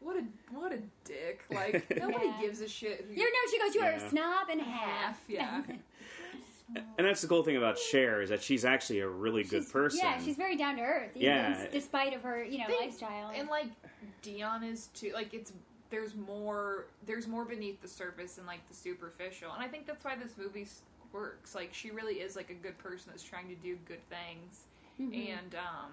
What a what a dick! Like nobody Yeah. gives a shit. Who You're no, she goes, you are Yeah. a snob and a half. Yeah. and that's the cool thing about Cher is that she's actually a really good She's- person Yeah, she's very down to earth. Even Yeah. s- despite of her, you know, They- lifestyle. and like Dion is too. Like it's there's more there's more beneath the surface and like the superficial, and I think that's why this movie s- Mm-hmm. works. Like she really is like a good person that's trying to do good things, and um,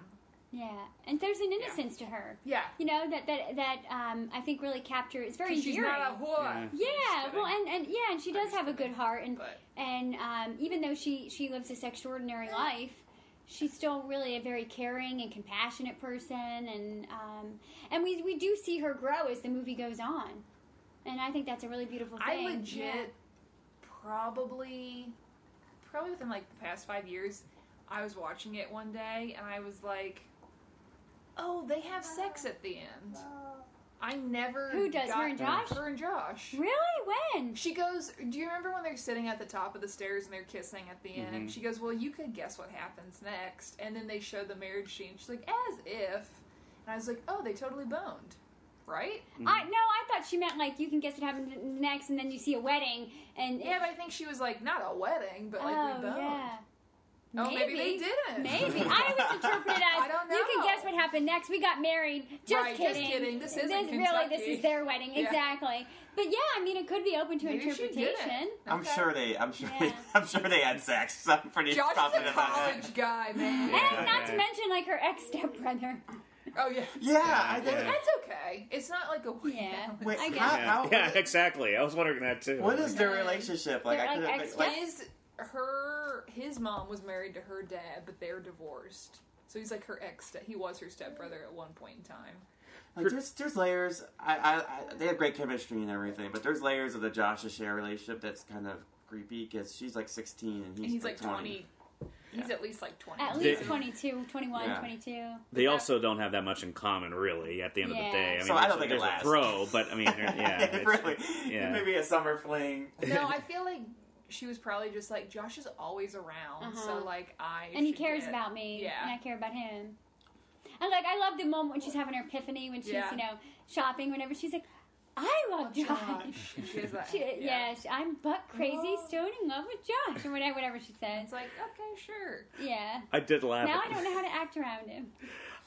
Yeah, and there's an innocence to her. Yeah. You know that that that um, I think really captures. It's very She's endearing. not a whore. Yeah, kidding. well, and, and yeah, and she does just have a kidding. good heart, and But- and um, even though she she lives this extraordinary life, she's still really a very caring and compassionate person, and um, and we we do see her grow as the movie goes on, and I think that's a really beautiful I thing. legit Yeah. probably probably within like the past five years, I was watching it one day and I was like, "Oh, they have sex at the end." I never Who does, her and got- Josh? Her and Josh. Really, when? She goes, Do you remember when they're sitting at the top of the stairs and they're kissing at the end? She goes, Well, you could guess what happens next. And then they show the marriage scene. She's like, As if. And I was like, Oh, they totally boned. Right? I no, I thought she meant like you can guess what happened next, and then you see a wedding, and Yeah, but I think she was like, Not a wedding, but like, oh we boned. yeah. Oh, maybe, they didn't. Maybe I always interpret it as I don't you can know. guess what happened next. We got married. Just Right, just kidding. kidding. This isn't really this Kentucky. is their wedding Yeah. exactly. But yeah, I mean it could be open to Maybe she didn't. interpretation. I'm Okay. sure they. I'm sure. They, Yeah. I'm sure they had sex. I'm pretty Josh confident is a about that. college guy, man. And not to mention like her ex stepbrother. Oh, yeah. Yeah, I did. Yeah. That's okay. It's not like a Yeah. Wait, I guess. how- Yeah, how- yeah, exactly. I was wondering that too. What is their relationship like? They're I like couldn't ex- think, like, His her his mom was married to her dad, but they're divorced. So he's like her ex. He was her stepbrother at one point in time. like there's there's layers. I, I, I they have great chemistry and everything, but there's layers of the Josh and Cher relationship that's kind of creepy because she's like 16 and he's, And he's like twenty. He's Yeah. at least like twenty. At They- least 22, 21, Yeah. 22. They also don't have that much in common, really. At the end of Yeah. the day, I mean, So I there's- don't think it there's a lasts. throw, but I mean, they're- yeah, it's- really. yeah. Maybe a summer fling. no, I feel like she was probably just like Josh is always around, so Uh-huh. like I And he should cares get- about me. Yeah. And I care about him. And like I love the moment when she's having her epiphany when she's, Yeah. Oh, you know, shopping, whenever she's like, I love Josh. Josh. She has that. She, yeah. she- I'm buck crazy, stone in love with Josh, or whatever, whatever she says. It's like okay, sure. Yeah. I did laugh. Now at I don't know how to act around him.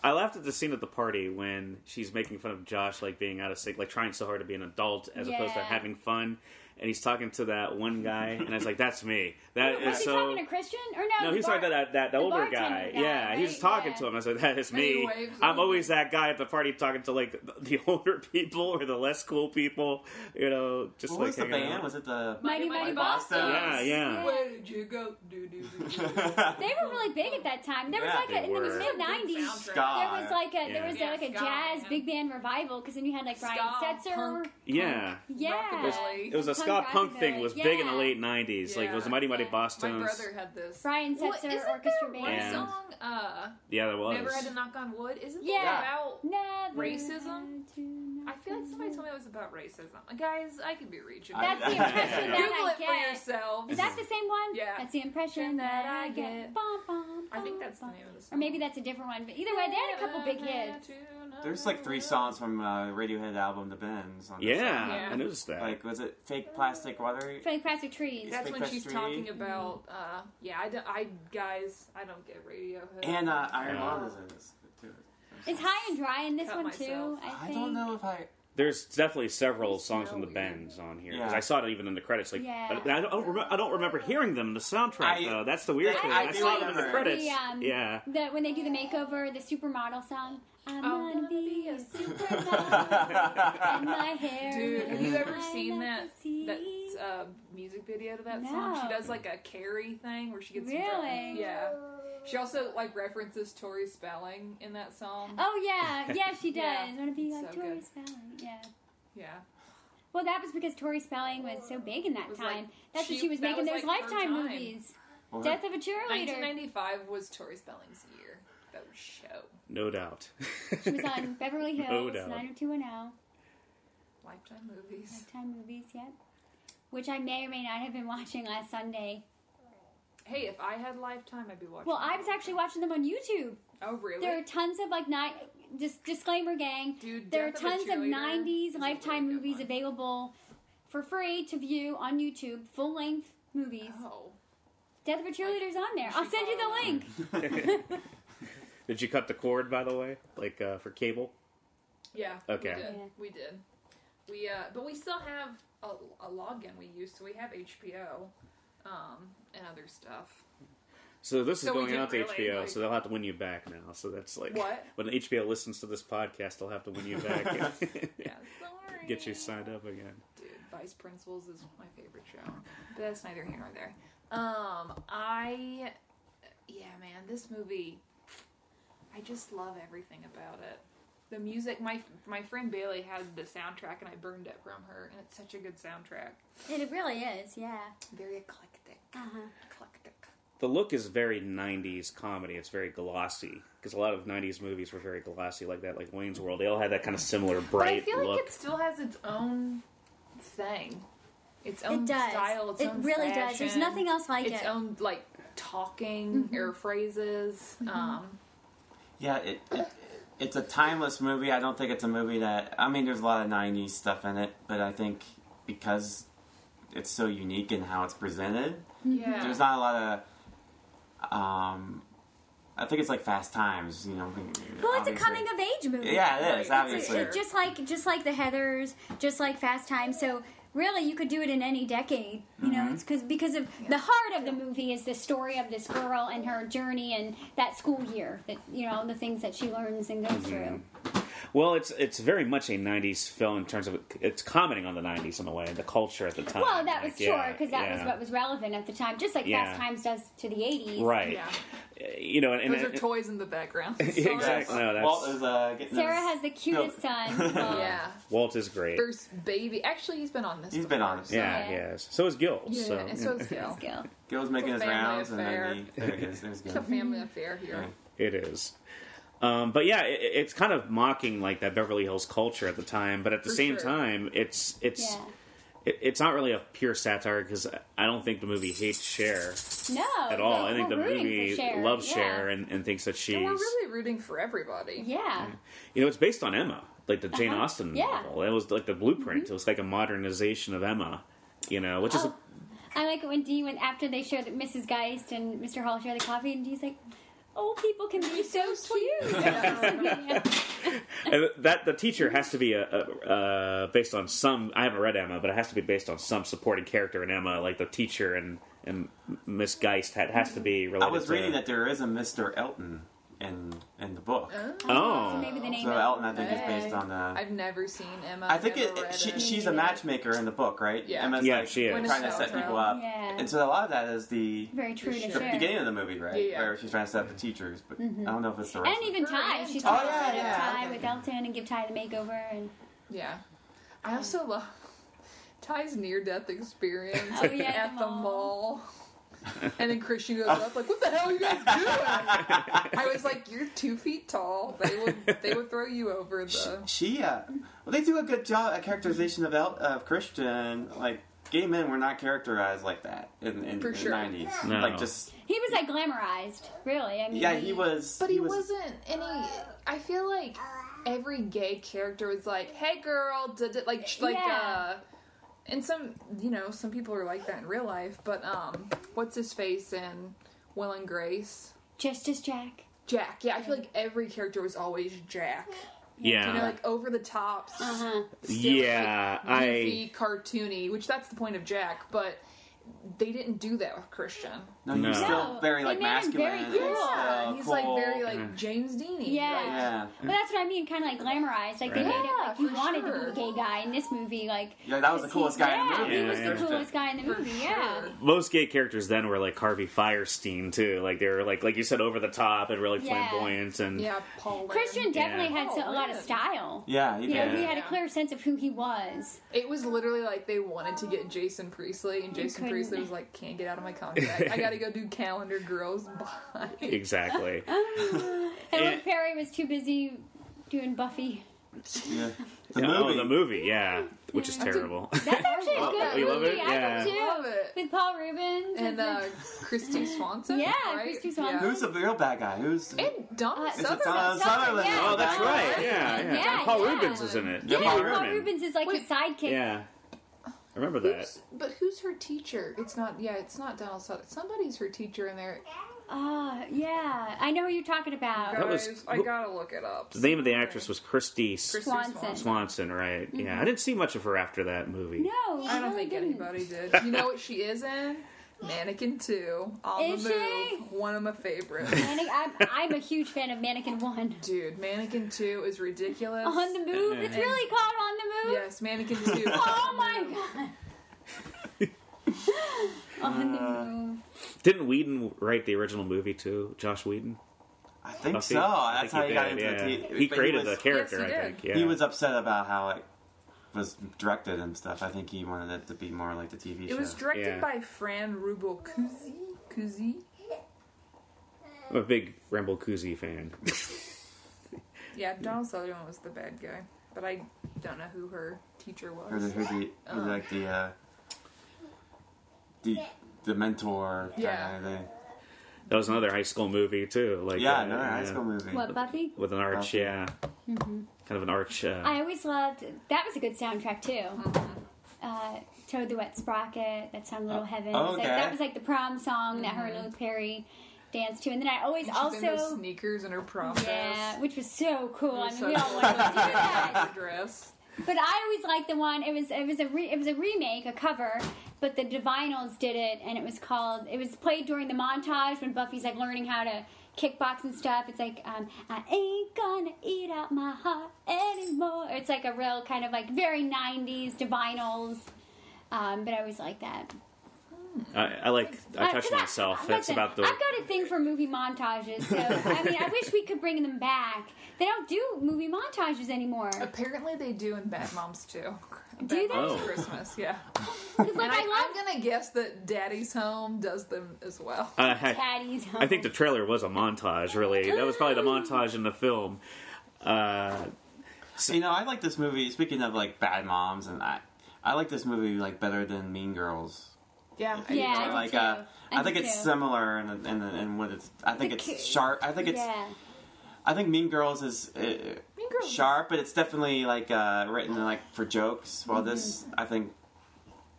I laughed at the scene at the party when she's making fun of Josh, like being out of sync, like trying so hard to be an adult as opposed to Yeah. having fun. And he's talking to that one guy, and I was like, "That's me. That Was is he so." talking to Christian or no? no, the he was bar- talking to that that, that older bartender guy. guy, Yeah, he was right? talking Yeah. to him. I was like, "That is And he me. waves I'm over. always that guy at the party talking to like the- the older people or the less cool people. You know, just What like was the hanging band? out. Was it the? Mighty Mighty Mighty Boston. Boston. Yeah, yeah. Where did you go? Do do do. They were really big at that time. There was Yeah, like they a, in the were. mid '90s. Soundtrack. Scott. There was like a there Yeah. was Yeah, like a ska, jazz yeah. big band revival because then you had like Brian Ska, Setzer. punk. yeah. Yeah. Rockabilly. It was a Punk ska punk rockabilly, thing was big in the yeah. late '90s. Like it was Yeah. the Mighty Mighty Yeah. My Boston's. brother had this. Brian Well, Setzer isn't orchestra there band. one Yeah. song? Uh, Yeah, there was. Never had to knock on wood. Isn't Yeah. that about? Never Racism? had to I feel like somebody told me it was about racism. Guys, I could be reaching. That's the I- impression that Google I it get. for yourself. Is that the same one? Yeah. That's the impression that I get. Bum, bum, I think bum, that's the bum. name of the song. Or maybe that's a different one. But either way, they had a couple big hits. There's like three songs from uh, Radiohead album The Bends. On this Yeah, album. Yeah. I noticed that. Like, was it Fake Plastic Water? From the classic trees. Yeah. That's when Big she's Fest talking Three. about. Mm-hmm. Uh, yeah, I, don't, I guys, I don't get Radiohead. And uh, Iron Yeah. Love is in this too. It's high and dry in this Cut one too. myself. I, I think. don't know if I. There's definitely several songs from the Snowy. Bends on here because Yeah. I saw it even in the credits. Like, Yeah. but I don't, rem- I don't remember hearing them in the soundtrack I- though. That's the weird I- thing. I I, do saw them in the remember. credits. The, um, yeah, The, when they do the makeover, the supermodel song. I'm I'm gonna Oh, gonna be be a a supermodel. and my hair. Dude, have you ever seen that that? that uh, music video to that song? She No. does like a Carrie thing where she gets some drum- Really? yeah. She also like references Tori Spelling in that song. Oh yeah, yeah, she does. Yeah. Wanna be like So Tori good. Spelling? Yeah. Yeah, Well, that was because Tori Spelling was so big in that Was, like, time. That's when she- she was that making was, those like, her Lifetime time. movies. Well, Death of a Cheerleader. 1995 was Tori Spelling's year. That was show no doubt. She was on Beverly Hills, doubt. 90210. Lifetime movies. Lifetime movies, yep. Which I may or may not have been watching last Sunday. Hey, if I had Lifetime, I'd be watching. Well, I was that. actually watching them on YouTube. Oh really? There are tons of like nine. Just disclaimer, gang. Dude, there are Death of a tons of Cheerleader '90s is a Lifetime really good movies one. available for free to view on YouTube, full length movies. oh. Death of a Cheerleader's on there. I'll send you the link. Did you cut the cord by the way? Like uh, for cable? Yeah. Okay. We did. Yeah. We did. We uh, but we still have a, a login we use, so we have HBO, um, and other stuff. So this is So we going out to didn't really, HBO, like- so they'll have to win you back now. So that's like What? when HBO listens to this podcast, they'll have to win you back. Yeah, sorry. Get you signed up again. Dude, Vice Principals is my favorite show. But that's neither here nor there. Um, I, yeah, man, this movie, I just love everything about it. The music, my my friend Bailey had the soundtrack, and I burned it from her, and it's such a good soundtrack. It really is, yeah. Very eclectic, Uh-huh. eclectic. The look is very '90s comedy. It's very glossy because a lot of '90s movies were very glossy like that, like Wayne's World. They all had that kind of similar But I bright feel like look. it still has its own thing, its own It does. style. Its it own really does. There's fashion. nothing else like its it. Mm-hmm. own like talking or phrases. Um, Yeah, it, it it's a timeless movie. I don't think it's a movie that I mean, there's a lot of '90s stuff in it, but I think because it's so unique in how it's presented, Mm-hmm. yeah, there's not a lot of. Um, I think it's like Fast Times, you know. well, it's obviously. a coming of age movie. Yeah, it is Right. It's obviously. a, it, just like just like the Heather's, just like Fast Times. So really, you could do it in any decade. You Mm-hmm. know, it's because because of the heart of the movie is the story of this girl and her journey and that school year. That you know the things that she learns and Mm-hmm. goes through. Well, it's it's very much a '90s film in terms of it's commenting on the '90s in a way, the culture at the time. Well, that was Like, sure yeah, because that was yeah. what was relevant at the time, just like Yeah. Fast Times does to the eighties. right. Eh, Yeah. You know, and, those and, are toys in the background. Exactly. Yes. No, that's- Walt is uh, getting Sarah his- has the cutest son. Oh, Well, Yeah, Walt is great. first baby. Actually, he's been on this. He's before, been on it. so- Yeah, Yeah. he is. So is Gil. Yeah, so, and so is Gil. Skill. Gil's making It's his a family rounds, affair. and then he, there it is. There's It's Gil. a Mm-hmm. family affair here. It is. Um, but yeah, it, it's kind of mocking like that Beverly Hills culture at the time, but at the For same sure. time, it's it's Yeah. it, it's not really a pure satire because I don't think the movie hates Cher Oh, No, at all. we're I think the rooting for movie Cher. loves yeah. Cher and, and thinks that she's And we're really rooting for everybody. Yeah. you know it's based on Emma, like the Jane Uh-huh. Austen Yeah. Mm-hmm. novel. It was like the blueprint. It was like a modernization of Emma, you know, which is Oh. I like it when Dee went after they share that Mrs. Geist and Mr. Hall share the coffee, and Dee's like, "Old people can be so cute." Yeah. and that the teacher has to be a, a uh, based on some. I haven't read Emma, but it has to be based on some supporting character in Emma, like the teacher and and Miss Geist had, has to be related. I was to, reading that there is a Mr. Elton in in the book. So Oh, maybe the name. So Elton, I think, Okay. is based on. Uh, I've never seen Emma. I think never it, read she, she's a matchmaker in the book, right? Yeah. Emma's Yeah, like, she is. trying to set Gwyneth Paltrow. people up, Yeah. and so a lot of that is the very true to the Sure. Cher. beginning of the movie, right? Yeah, yeah. Where she's trying to set up the teachers, but I don't know if it's the rest. Mm-hmm. And even Her Ty, and she's Ty. trying to Oh, yeah, set up yeah, Ty okay. with Elton and give Ty the makeover, and Yeah. I also love Ty's near death experience Oh, yeah, at the the mall. and then Christian goes up like, "What the hell are you guys doing?" I was like, "You're two feet tall. They would they would throw you over the." she, she, uh, well, they do a good job at characterization of El, of Christian. Like gay men were not characterized like that in, in For the sure. nineties. No. Like just he was like glamorized, really. I mean, yeah, he was. Uh, But he, was, not any. I feel like every gay character was like, "Hey, girl," did it like sh- like Yeah. uh. And some, you know, some people are like that in real life. But um, what's his face in Will and Grace? Justice Jack. Jack. Yeah, I feel like every character was always Jack. yeah, You know, like over the top, Uh huh. silly, yeah. like, I goofy, cartoony. Which that's the point of Jack, but they didn't do that with Christian. No, he was No. still very No, like they made him very masculine. and cool. still Yeah, he's like cool. very like James Dean. Yeah. Yeah. But that's what I mean, kind of like glamorized. Like they Right. made it like you Yeah, for wanted to sure. be the gay guy in this movie. Like Yeah, that was the 'cause coolest guy in the yeah, movie. He Yeah, was yeah. the coolest guy in the movie. Yeah. most gay characters then were like Harvey Firestein too. Like they were like like you said over the top and really Yeah. flamboyant and Yeah, Paul. Lynde. Christian definitely Yeah. had so, a lot of Oh, man. style. Yeah, he You know, did. he had a Yeah. clear sense of who he was. It was literally like they wanted to get Jason Priestley, and Jason couldn't. Priestley was like, "Can't get out of my contract. I gotta go do Calendar Girls." Bye. exactly. And Yeah. Luke Perry was too busy doing Buffy. Yeah. The Oh, movie. the movie, yeah, which is a- terrible. That's actually a Oh, good we movie. love it? I Yeah. do too. Love it. With Paul Rubens And uh, Christy Swanson. Yeah, right? Christy Swanson. Who's the real bad guy? Who's And Donald Uh, Is it Sutherland. Donald Sutherland? yeah. Oh, that's right. Yeah, yeah. Yeah, and Paul yeah. Rubens is in it. Yeah, Paul Paul Rubin. Rubens is like his sidekick. Yeah, I remember that. Who's, but who's her teacher? It's not. Yeah, it's not Donald Sutherland. Somebody's her teacher in there. Ah, yeah. I know who you're talking about. That was- Guys, I gotta look it up. The name of the actress was Christy S- Christy Swanson. Swanson, right? Yeah, I didn't see much of her after that movie. No, I don't really think didn't. anybody did. You know what she is in? Mannequin 2, On Is the she? Move, one of my favorites. Manne- I'm, I'm a huge fan of Mannequin One. Dude, Mannequin 2 is ridiculous. On the move. It's really called On the move. Yes, Mannequin 2. Oh my god. On the Uh, move. Didn't Whedon write the original movie too? Josh Whedon. I think Buffy? so. I That's think how he got did, into yeah. the. He but created was, the character, Yes, he I did. think. Yeah. He was upset about how it was directed and stuff. I think he wanted it to be more like the TV show. It was directed Yeah. by Fran Rubel Kuzi. Kuzi. I'm a big Rambo Kuzi fan. Yeah, Donald Sutherland was the bad guy, but I don't know who her teacher or the, was. who the, who like the, uh, the, the mentor Yeah. kind of thing. That was another high school movie too. Like Yeah, uh, another high yeah, school movie. What, Buffy? with an arch, Buffy. yeah, Mm-hmm. kind of an arch. Uh, I always loved that was a good soundtrack too. Uh-huh. Uh, Toad the Wet Sprocket, that song Oh, Little Heaven. It was like, okay. that was like the prom song that her and Luke Perry danced to. And then I always Mm-hmm. She's in those also sneakers and her prom Yeah, dress. which was so cool. I It was mean, so we all cool. wanted to do that. dress. But I always liked the one. It was it was a re, it was a remake, a cover, but the Divinals did it, and it was called. It was played during the montage when Buffy's like learning how to kickbox and stuff. It's like um, I ain't gonna eat out my heart anymore. It's like a real kind of like very '90s Divinals. Um, but I always like that. I, I like. I Uh, 'cause touched myself. That's listen, about the. I've got a thing for movie montages, so I mean, I wish we could bring them back. They don't do movie montages anymore. Apparently, they do in Bad Moms too. Bad they? Moms Oh. Christmas, yeah. 'Cause, like And I, I, love I'm gonna guess that Daddy's Home does them as well. I had- Caddy's home. I think the trailer was a montage. Really, that was probably the montage in the film. Uh, So, you know, I like this movie. Speaking of like bad moms, and I, I like this movie like better than Mean Girls. Yeah, Yeah, I You know, do like too. uh, I I, do think it's too. similar and and and what it's. I think The it's ki- sharp. I think it's. yeah. I think Mean Girls is uh, Mean Girls. sharp, but it's definitely like uh, written like for jokes. While Mm-hmm. this, I think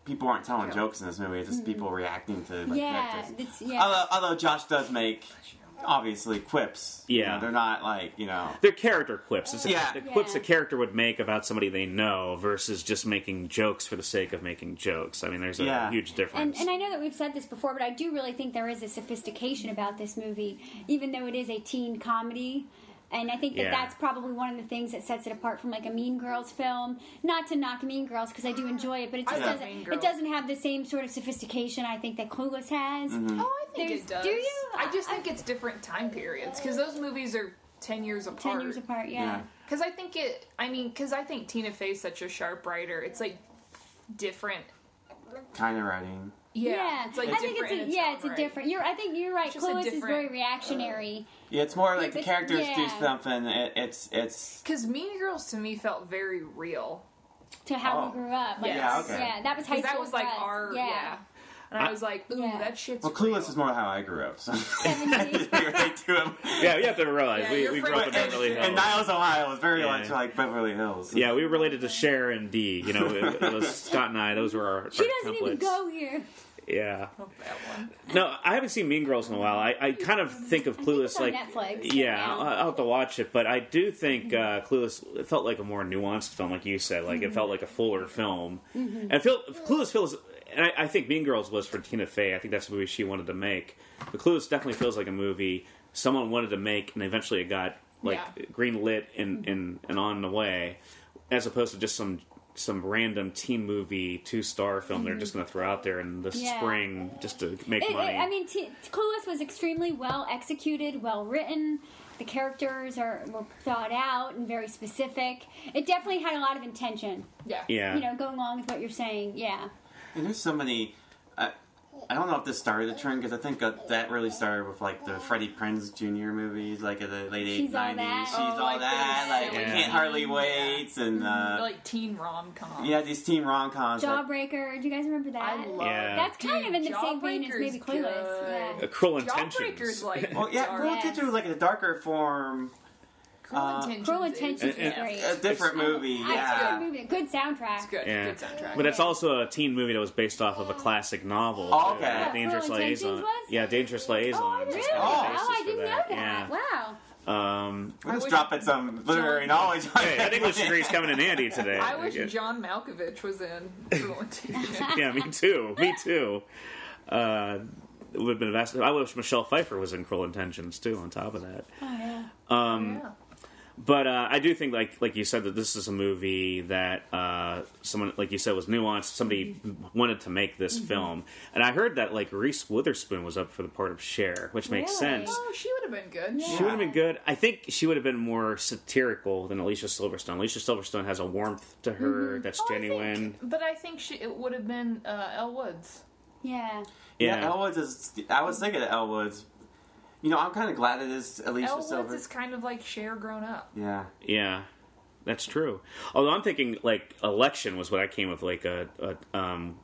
people aren't telling Yeah. jokes in this movie. It's just people reacting to like Mm-hmm. Yeah, characters. it's, yeah. Although, although Josh does make obviously quips. You Yeah. know, they're not like you know. they're character quips. It's Yeah. the quips Yeah. a character would make about somebody they know versus just making jokes for the sake of making jokes. I mean, there's a Yeah. huge and, difference. and I know that we've said this before, but I do really think there is a sophistication about this movie, even though it is a teen comedy. And I think that Yeah. that's probably one of the things that sets it apart from like a Mean Girls film. Not to knock Mean Girls because I do enjoy it, but it I just love doesn't. Mean It Girls. doesn't have the same sort of sophistication I think that Clueless has. Oh, I think There's- it does. do you? I just think it's different time periods because those movies are ten years apart. Ten years apart, yeah. Yeah. Because I think it. I mean, because I think Tina Fey's such a sharp writer. It's like different. kind of writing. Yeah, Yeah, it's like I think different it's a, in its yeah, own it's a right. different. You're, I think you're right. just a Clueless is very different- reactionary. Yeah, it's more like but the it's- characters do yeah. something. It, it's it's Because Mean Girls to me felt very real. to how Oh. we grew up. Like, Yeah, okay. yeah, that was high Because school. that was like for us. our yeah. yeah. And I was like, ooh, Yeah. that shit's. well, real. Clueless is more how I grew up. So. Seventeen. Right to him. yeah, you have to realize Yeah, we, you're we from- grew up in But- and- Beverly Hills. And Niles, Ohio is very Yeah. much like Beverly Hills. yeah, we were related to Cher and D. You know, it, it was Scott and I. Those were our. She our doesn't even templates. go here. Yeah. That one. No, I haven't seen Mean Girls in a while. I, I kind of think of Clueless it's Mm-hmm. on like Netflix right yeah, uh, now. I'll, I'll have to watch it. But I do think uh, Clueless it felt like a more nuanced film, like you said. Mm-hmm. Like it felt like a fuller film, and feel, Clueless feels. And I, I think Mean Girls was for Tina Fey. I think that's the movie she wanted to make. But Clueless definitely feels like a movie someone wanted to make, and eventually it got like Yeah. green lit and, Mm-hmm. and and on the way, as opposed to just some. Some random teen movie two star film they're just going to throw out there in the Mm-hmm. Yeah. spring just to make It, it, money. I mean, t- Clueless was extremely well executed, well written. The characters are were thought out and very specific. It definitely had a lot of intention. Yeah. Yeah. You know, going along with what you're saying. Yeah. And there's so many. I, I don't know if this started a trend because I think that, that really started with like the Freddie Prinz Jr. movies, like in the late She's eight All nineties. That. She's Oh, all like that. those Like silly we can't hardly wait, and Mm-hmm. They're uh, like teen rom com. yeah, these teen rom coms. Jawbreaker. Do you guys remember that? I love. Yeah. That's kind of in the same vein as Jawbreaker's maybe Clueless. good. Yeah. Uh, cruel intentions. Jawbreaker's like. Well, yeah, dark. Cruel Intentions was like in a darker form, Cruel uh, Intentions. Cruel is- Intentions And- is and- great. a different movie. uh, It's a good Yeah, movie. Good soundtrack. It's good. Yeah. Good soundtrack. But it's also a teen movie that was based off of a classic novel. Oh, too, okay. uh, Yeah, Dangerous Cruel Intentions Liaison. was? Yeah, Dangerous Liaison. Oh, I was didn't kind of know the that. basis Oh, I for didn't know that. Wow. Yeah. Um, we're just wish- dropping some literary knowledge. on hey, that English everyone. degree's coming in handy today. I wish Yeah. John Malkovich was in Cruel Intentions. yeah, me too. Me too. Uh, it would have been a vast. I wish Michelle Pfeiffer was in Cruel Intentions too. On top of that, Oh, Um, yeah. but uh, I do think, like like you said, that this is a movie that uh, someone, like you said, was nuanced. Somebody Mm-hmm. wanted to make this film, and I heard that like Reese Witherspoon was up for the part of Cher, which makes Really? sense. Oh, she would have been good. She would have been good. I think she would have been more satirical than Alicia Silverstone. Alicia Silverstone has a warmth to her Mm-hmm. that's Oh, I think- genuine. but I think she, it would have been uh, Elle Woods. Yeah. Yeah, yeah. Elwood's is. I was thinking of Elwood's. You know, I'm kind of glad it is Alicia Elle Silver. Woods is kind of like Cher grown up. Yeah. Yeah, that's true. Although I'm thinking like election was what I came with, like a, a um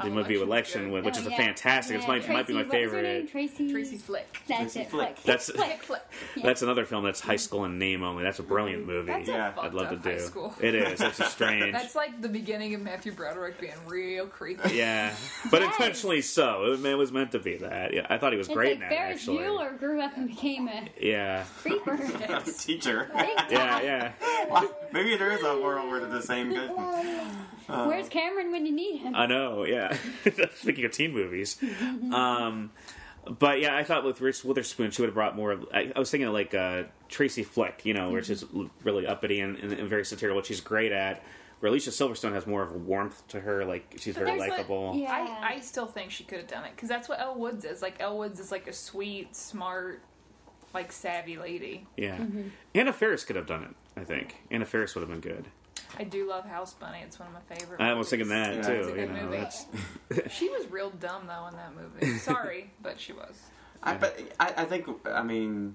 the Oh, movie Election's election, good. with, which Oh, is a yeah. fantastic. Yeah, It's my Tracy, might be my what was her name? favorite. Tracy. Tracy Flick. That's Tracy it. Flick. Flick. That's Flick, Flick. that's another film that's high school in name only. That's a brilliant movie. That's a Yeah, fucked I'd love up to do. high school. It is. It's a strange. That's like the beginning of Matthew Broderick being real creepy. yeah, but Yes. intentionally so. It, it was meant to be that. Yeah, I thought he was It's great like in that. Ferris actually, Bueller grew up and became a yeah, creeper. Teacher. Big yeah, time. yeah. Maybe there is a world where they're the same good. Where's Cameron when you need him? Um, I know, yeah. Thinking of teen movies. Mm-hmm. Um, but yeah, I thought with Reese Witherspoon, she would have brought more. of- I, I was thinking of like uh, Tracy Flick, you know, where Mm-hmm. she's l- really uppity and, and, and very satirical, which she's great at. Where Alicia Silverstone has more of a warmth to her, like she's very there's what- likable. yeah. I, I still think she could have done it because that's what Elle Woods is. Like Elle Woods is like a sweet, smart, like savvy lady. Yeah. Mm-hmm. Anna Ferris could have done it, I think. Anna Ferris would have been good. I do love House Bunny. It's one of my favorite. I was thinking movies. that too. Yeah. It's a you good know, movie. that's- She was real dumb though in that movie. Sorry, but she was. I, but I, I think I mean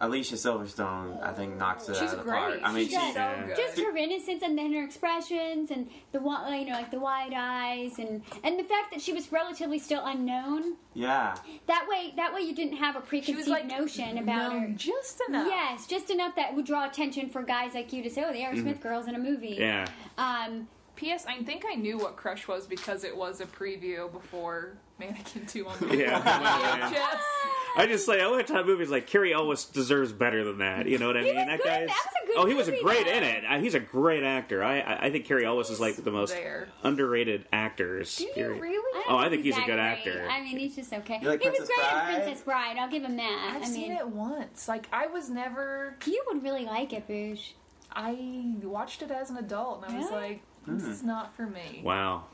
Alicia Silverstone. I think knocks it She's out of the great. park. I mean, She's she, so Yeah. good. Just her innocence and then her expressions and the wi- you know like the wide eyes and and the fact that she was relatively still unknown. yeah, Mm-hmm. That way that way you didn't have a She preconceived was like notion about numb her. just enough. Yes, just enough that would draw attention for guys like you to say, "Oh, the Aerosmith girls in a movie." Mm-hmm. yeah. Um, P.S. I think I knew what Crush was because it was a preview before Mannequin Two on the Yeah. VHS. I just say I look at that movie. It's like Carrie Elwes deserves better than that. You know what I mean? was that good. guy's That was a good oh, he was movie, great though. in it. Uh, He's a great actor. I I, I think Carrie Elwes is like the most there. underrated actors. Do you period. really? don't Oh, I think he's a that good great. actor. I mean, he's just okay. You like he was Princess great in Bride? Princess Bride. I'll give him that. I've I seen mean, it once. Like I was never. you would really like it, Boosh. I watched it as an adult, and I was Really? like, "This is not for me." Hmm. Wow,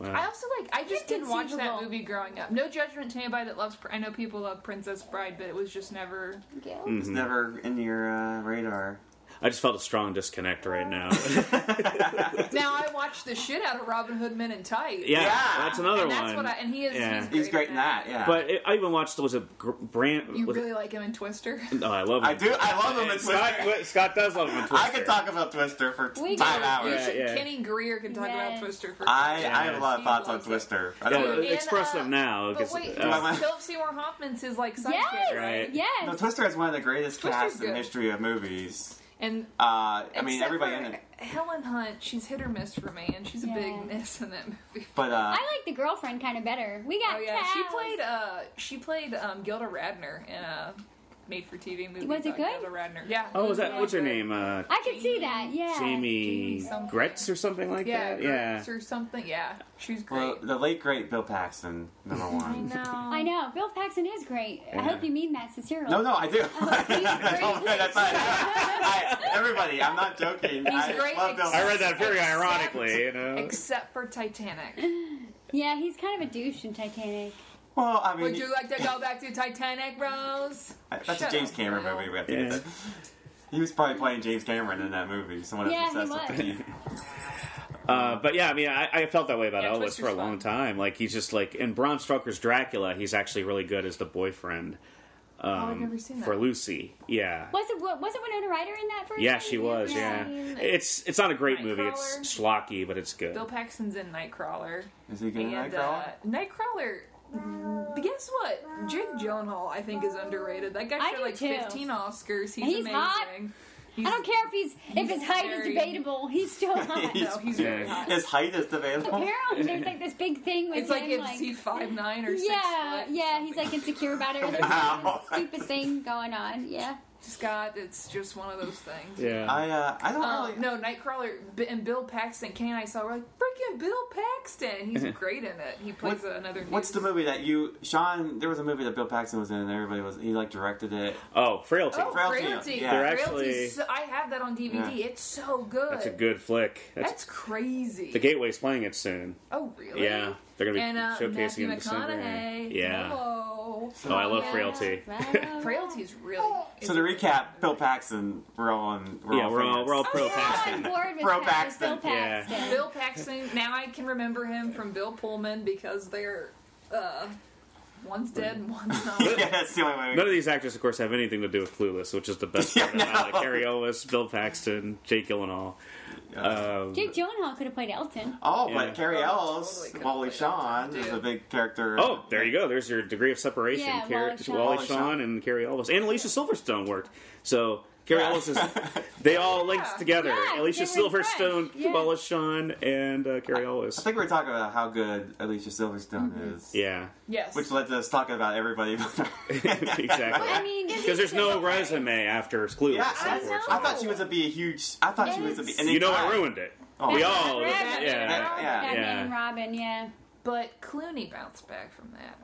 I wow. also like. I just didn't watch that Inconceivable. movie growing up. No judgment to anybody that loves. Pr- I know people love Princess Bride, but it was just never. Gil? it's never in your uh, radar. I just felt a strong disconnect right now. now I watched the shit out of Robin Hood Men in Tight. yeah, Yeah. that's another and that's one. what I. And he is. Yeah. He's great, He's great in that. Yeah, but it, I even watched was it Gr- Brand? You was it- really like him in Twister. oh, I love. I him. do. I love him in And Scott, Twister. Scott does love him. in I Twister. could talk about Twister for We five could. hours. You Yeah, should, yeah. Kenny Greer can talk Yes. about Twister for. I, I have a lot of He thoughts on loves it. Twister. I Yeah, don't, Dude, express and, uh, them now. But 'cause, wait, uh, I- Philip Seymour Hoffman's his like sidekick, Yes. Right. Yes. no, Twister is one of the greatest Twister's casts in good. the history of movies. And Uh, I mean, except everybody for in it. Helen Hunt, she's hit or miss for me, and she's Yeah. a big miss in that movie. But uh, I like the girlfriend kind of better. We got Oh yeah, she cows. played uh she played um Gilda Radner in a made for TV movie. Was it about good? Gilda Radner. Yeah. oh, was that really what's her good. name? Uh, I could see that. Yeah. Jamie something. Gretz or something like Yeah, that. Yeah. Gertz or something. Yeah, she's well, great. Um, the late great Bill Paxton, number one. no, I know. Bill Paxton is great. I hope you mean that sincerely. No, no, I do. oh, great. man, that's not, I, everybody, I'm not joking. He's I great, love Bill. except- I read that very Except- ironically, you know. except for Titanic. Yeah, he's kind of a douche in Titanic. well, I mean, Would you like to go back to Titanic, Rose? that's Shut a James up, Cameron Bill. movie. We have to Yeah. get that. He was probably playing James Cameron in that movie. Someone Yeah, else he obsessed with was. him. Uh, but yeah, I mean, I, I felt that way about Yeah, Elvis Twister's for a long fun. time. Like he's just like in Bram Stoker's Dracula, he's actually really good as the boyfriend. Um, Oh, I've never seen that. For Lucy, yeah, Was it wa- wasn't Winona Ryder in that first? yeah, she was. Yeah, Yeah. it's it's not a great movie. It's schlocky, but it's good. Bill Paxton's in Nightcrawler. Is he good in and Nightcrawler? Uh, Nightcrawler. mm, Guess what? Jake Gyllenhaal, I think, is underrated. That guy I should do like too. 15 Oscars. He's, He's amazing. hot. He's, I don't care if he's if his height is very- debatable. He's still hot. No, he's Yeah. really hot. His height is available. Apparently, there's like this big thing with It's like him. if he's five nine or six. yeah, foot or yeah, he's something. like insecure about it. Or there's Wow. some stupid thing going on. Yeah, Scott, it's just one of those things. Yeah. I uh, I don't Oh, Um, really. no, Nightcrawler B- and Bill Paxton. Kenny and I saw. We're like freaking Bill Paxton. He's great in it. He plays What- another. What's the dude. movie that you Sean? There was a movie that Bill Paxton was in, and everybody was he like directed it. Oh, frailty. Oh, Frailty. Frailty. Yeah. They're Frailty's actually- so- I have that on DVD. Yeah. It's so good. That's a good flick. That's, That's crazy. the Gateway's playing it soon. Oh, really? Yeah, they're gonna be and, uh, showcasing Matthew it in December. McConaughey. Yeah. Hello. Oh, I love frailty. Frailty. Frailty's really. So to recap, Bill Paxton, we're all on. We're yeah, all we're all, fans. we're all Oh, pro yeah, I'm Paxton. bored with Pro Pat- with Bill Paxton, yeah. Paxton. Bill Paxton. Now I can remember him from Bill Pullman because they're uh, one's dead and one's not. yeah, that's the only way. We, None of these actors, of course, have anything to do with Clueless, which is the best. Yeah, part about it. no. Cary Elwes, Bill Paxton, Jake Gyllenhaal. Yeah. Um, Jake Gyllenhaal could have played Elton. oh, Yeah. but Carrie Oh, Ells, totally could've Wally played Shawn that, is dude. a big character. oh, there you go. There's your degree of separation. Yeah, Car- Wally Shawn. Wally Wally Shawn Shawn. and Cary Elwes and Alicia Silverstone worked. So Cary Yeah. Elwes is. They all linked together. Yeah, Alicia they were in Fresh. Silverstone, Yeah. Wally Shawn, and uh, Cary Elwes. I think we were talking about how good Alicia Silverstone Mm-hmm. is. yeah, Yes. Which led to us talking about everybody. exactly. I mean, Because there's no resume after Clueless. Yeah, unfortunately. I, I thought she was a be a huge. I thought she was a be. And you they know I tried. ruined it. Oh. We Yeah, all, Robin. yeah. Yeah. Batman Yeah. Robin, yeah. But Clooney bounced back from that.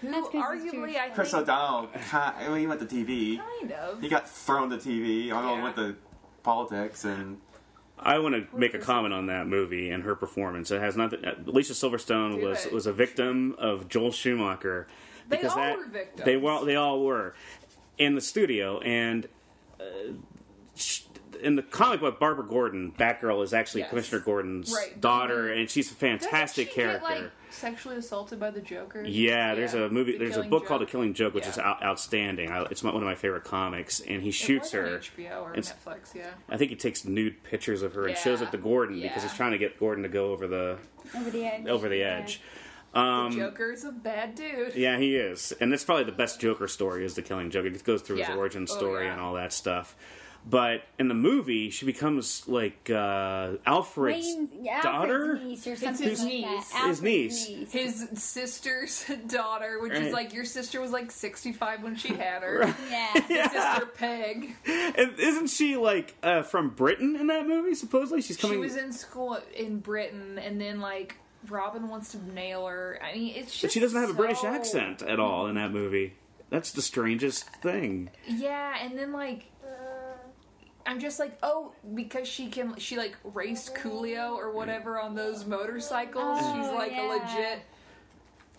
Who That's 'cause he's arguably Jewish. I Chris think O'Donnell. Kind I mean, he went to TV. kind of He got thrown to TV. I don't Yeah. know, went to politics and. I want to make a comment on that movie and her performance. It has nothing. uh, Alicia Silverstone Do was it. was a victim of Joel Schumacher. They all were victims. They were. They all were in the studio and. Uh, sh- in the comic book, Barbara Gordon, Batgirl, is actually Yes. Commissioner Gordon's Right. daughter, and she's a Doesn't fantastic she character. Get, like, sexually assaulted by the Joker. Yeah, there's a movie. The there's a Killing book called A Joke. Killing Joke, which Yeah. is out, outstanding. I, it's my, one of my favorite comics, and he It shoots was on her. HBO or It's- Netflix. Yeah. I think he takes nude pictures of her and shows Yeah. it to Gordon because Yeah. he's trying to get Gordon to go over the Over the edge. over the Yeah. edge. um, the Joker's a bad dude. Yeah, he is, and that's probably the best Joker story is the Killing Joke. It goes through Yeah. his origin Oh, story yeah. and all that stuff. But in the movie, she becomes like uh, Alfred's Wayne's yeah, daughter. Alfred's niece or something his like niece. That. His Alfred's niece. His sister's daughter, which Right. is like your sister was like 65 when she had her. Yeah. His sister Peg. And isn't she like uh, from Britain in that movie? Supposedly, she's coming. She was in school in Britain, and then like Robin wants to nail her. I mean, it's just But she doesn't have a British so- accent at all in that movie. That's the strangest thing. Yeah, and then like I'm just like, oh, because she can, she like raced Coolio or whatever on those motorcycles. Oh, She's like yeah. a legit.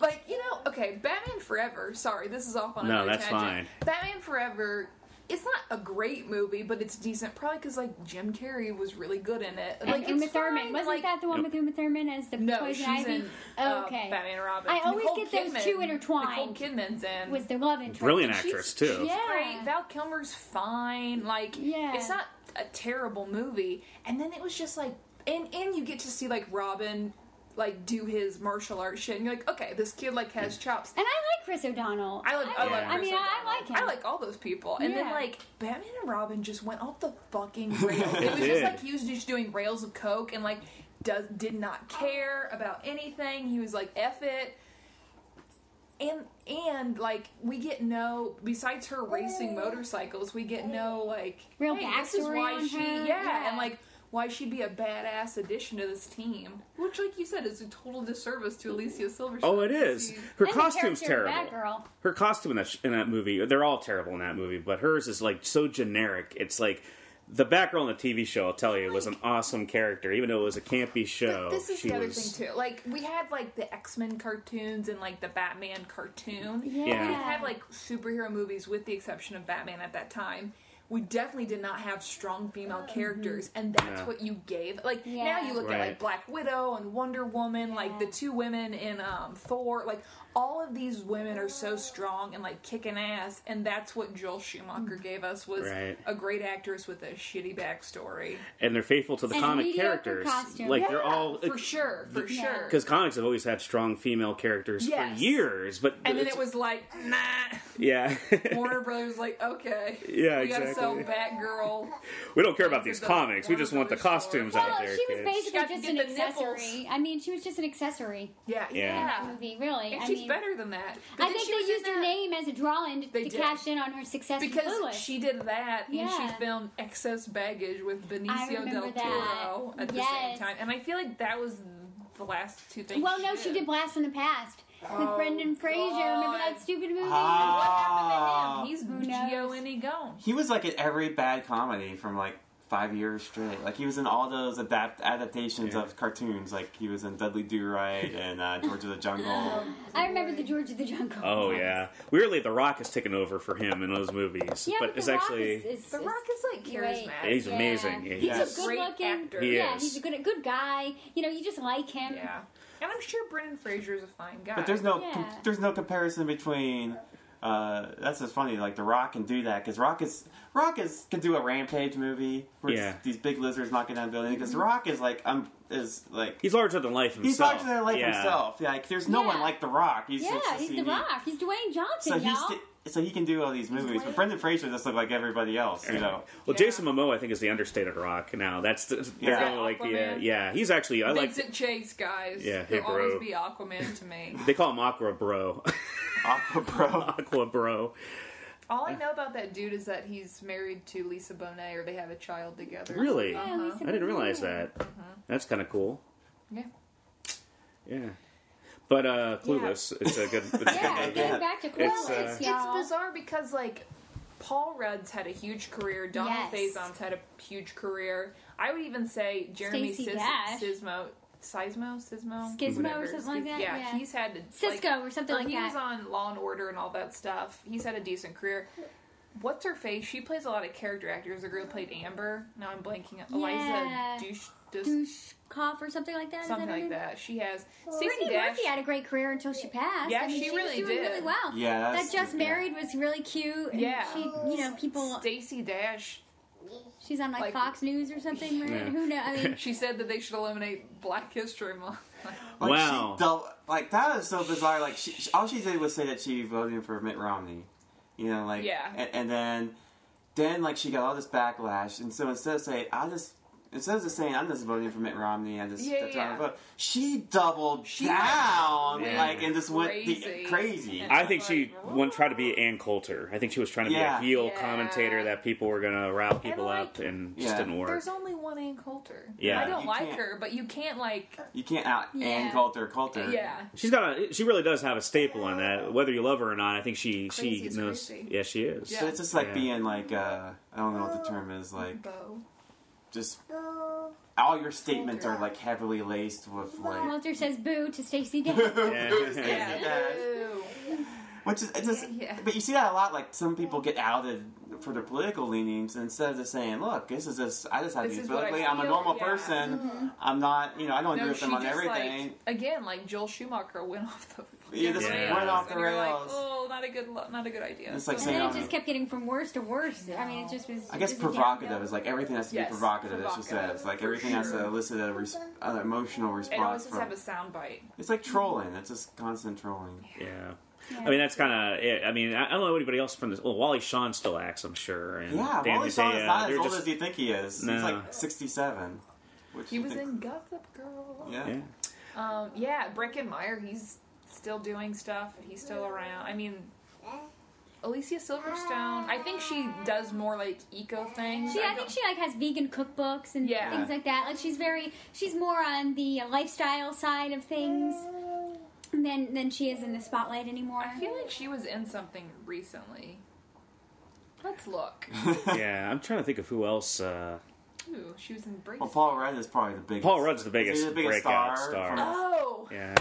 Like you know, okay, Batman Forever. Sorry, this is off on No, another that's tangent. Batman Forever. It's not a great movie, but it's decent. Probably because like Jim Carrey was really good in it. Like Like Uma it's Thurman. fine, Wasn't like- that the one with Uma Thurman as the No, poison she's ivy? in oh, uh, okay. Batman and Robin. I always Nicole get those Kidman- two intertwined. Nicole Kidman's in. Was the love interest. Brilliant she's- actress too. yeah. great. Val Kilmer's fine. Like, Yeah. it's not a terrible movie. And then it was just like, and and you get to see like Robin, like do his martial arts shit, and you're like, okay, this kid like has chops. And I like Chris O'Donnell. I like, I, like Yeah. Chris I mean, O'Donnell. I like him. I like all those people. And then Yeah. like Batman and Robin just went off the fucking rails. it was did. just like he was just doing rails of coke and like does did not care about anything. He was like f it. And and like we get no besides her racing motorcycles, we get no like Real hey, this is backstory why on she her, yeah, yeah. and like why she'd be a badass addition to this team, which like you said is a total disservice to Alicia Silverstone. Oh, it is. She- Her And the costume's character of terrible. Batgirl. Her costume in that sh- in that movie, they're all terrible in that movie, but hers is like so generic. It's like the Batgirl in the TV show. I'll tell you, was an awesome character, even though it was a campy show. But this is she the other was- thing too. Like we had like the X Men cartoons and like the Batman cartoon. Yeah. We had like superhero movies, with the exception of Batman at that time. We definitely did not have strong female characters, and that's Yeah. what you gave. Like Mm-hmm. Yeah. now you look at Right. like Black Widow and Wonder Woman, like the two women in um, Thor. Like all of these women are so strong and like kicking ass, and that's what Joel Schumacher Mm-hmm. gave us was Right. a great actress with a shitty backstory. and they're faithful to the And comic mediocre characters. costume. Like they're Yeah, all for sure, for sure. because comics have always had strong female characters Yes. for years, but And then it's- it was like, nah. yeah. Warner Brothers was like, okay. Yeah, We gotta so Batgirl. We don't care about these comics. We just want the costumes Well, out there, she was kids. basically got to just get an the nipples. accessory. I mean, she was just an accessory. Yeah, Yeah. yeah. Movie, really. And I she's mean, better than that. But I then think she was they in used her that name as a draw-in to, They to did. cash in on her success Because with Lewis. she did that, and Yeah. she filmed Excess Baggage with I Benicio remember del that. Toro at the Yes. same time, and I feel like that was the last two things. well, no, she did Blast from the Past with Oh, Brendan Fraser. Remember God. that stupid movie? What Ah. happened to him? He's Who knows? G-O-N-E E gone. He was like in every bad comedy from like five years straight. Like he was in all those adapt adaptations Yeah. of cartoons. Like he was in Dudley Do Right and uh, George of the Jungle. I remember the George of the Jungle. Oh yeah. Weirdly, The Rock has taken over for him in those movies, Yeah, but, but it's the Rock actually is, is, The is Rock is like great. charismatic. he's Yeah. amazing. Yeah, He's he's- Yes. a good Great looking actor. He Yeah, is. he's a good good guy. You know, you just like him. Yeah, and I'm sure Brendan Fraser is a fine guy. But there's no com- Yeah. there's no comparison between. Uh, that's just funny. Like the Rock can do that because Rock is Rock is can do a rampage movie where it's Yeah. these big lizards knocking down buildings. Mm-hmm. Because Rock is like um is like he's larger than life he's himself. larger than life yeah. himself. Yeah, like there's no Yeah. one like the Rock. He's Yeah, it's just he's he- the Rock. He's Dwayne Johnson, So y'all. he's so he can do all these movies, but Brendan Fraser just looked like everybody else, you know. Well, Yeah. Jason Momoa, I think, is the understated Rock. Now that's the, they're Yeah. kind of like the uh, Aquaman. yeah. He's actually I like Vincent Chase guys. Yeah, hey, he'll always bro. be Aquaman to me. they call him Aqua Bro, Aqua Bro. Aqua Bro. All I know about that dude is that he's married to Lisa Bonet, or they have a child together. Really, Yeah, Uh-huh. Lisa I didn't Bonet. realize that. That's kind of cool. Yeah. Yeah, but uh, Clueless. It's a good. It's a good Yeah, movie. Yeah. getting back to Clueless, It's, uh, It's y'all. bizarre because like Paul Rudd's had a huge career, Donald Yes. Faison's had a huge career. I would even say Jeremy Stacey Sis- Dash. Sismo, Sismo, Sismo, Schismo or Whatever. something like that, Yeah, yeah. he's had like- Cisco or something or like he that. was on Law and Order and all that stuff. He's had a decent career. What's her face? She plays a lot of character actors. The girl who played Amber. Now I'm blanking. Yeah. Eliza Dush, Dush- douche cough or something like that. is something her like name? that. She has. Brittany Stacey Dash. Murphy had a great career until she passed. Yeah, I mean, she was really doing did. really well. Yeah, that that's- just yeah. married was really cute. and Yeah. she, you know, people. Stacey Dash She's on like, like- Fox News or something. Right? Yeah. Who knows? I mean, She said that they should eliminate Black History Month. Like, Wow. She dou- like, that is so bizarre. Like, she, she- all she did was say that she voted for Mitt Romney. You know, like, Yeah. And, and then, then, like, she got all this backlash. And so instead of saying, I just, instead of just saying, I'm just voting for Mitt Romney, I just, Yeah, that's yeah. not my vote, she doubled She went down, way like, and just went crazy. the, crazy. I think she went try to be Ann Coulter. I think she was trying to Yeah. be a heel Yeah. commentator that people were going to rile people like, up, and just Yeah. didn't work. There's only one Ann Coulter. Yeah. I don't You like can't- her, but you can't like. You can't out Yeah. Ann Coulter Coulter. Yeah. She's got a. She really does have a staple on that. Whether you love her or not, I think she she Crazy's knows. crazy. Yeah, she is. So it's just like Yeah. being like uh, I don't know what the term is like Bo. just all your statements are like heavily laced with like Walter says boo to Stacey Dash. Yeah. Yeah. which is it just Yeah. but you see that a lot like some people get outed for their political leanings and instead of just saying look this is just I just have This these is what I politically I'm a feel, normal yeah. person I'm not you know I don't agree No, with she them on just everything like again like Joel Schumacher went off the. Yeah, fucking this went rails, off the and you're like, rails. oh, not a good, lo- not a good idea. It's like and saying- then Yeah. it just kept getting from worse to worse. I mean, it just was. I guess it was a provocative downhill. is like everything has to Yes, be provocative, as she provocative, says like for everything has to sure. elicit a res- an emotional and response always just from have a soundbite. it's like trolling it's just constant trolling Yeah. I mean, that's kind of it. I mean, I I don't know anybody else from this. Well, Wally Shawn still acts, I'm sure. And Yeah, Dan Wally Shawn is Mattea, not as they're old just- as you think he is. No. He's like 67. Which He you was think- in Gossip Girl. Yeah. Yeah. Um, yeah, Breckenmeyer, he's still doing stuff. and He's still around. I mean, Alicia Silverstone, I think she does more like eco things. She, I think don't- she like has vegan cookbooks and Yeah. things like that. Like she's very, she's more on the uh, lifestyle side of things than than she is in the spotlight anymore. I feel like she was in something recently. Let's look. yeah, I'm trying to think of who else. Uh, Ooh, she was in Brace. Well, Paul Rudd is probably the biggest. Paul Rudd's the biggest, He's the biggest breakout star. star. Oh, Yeah.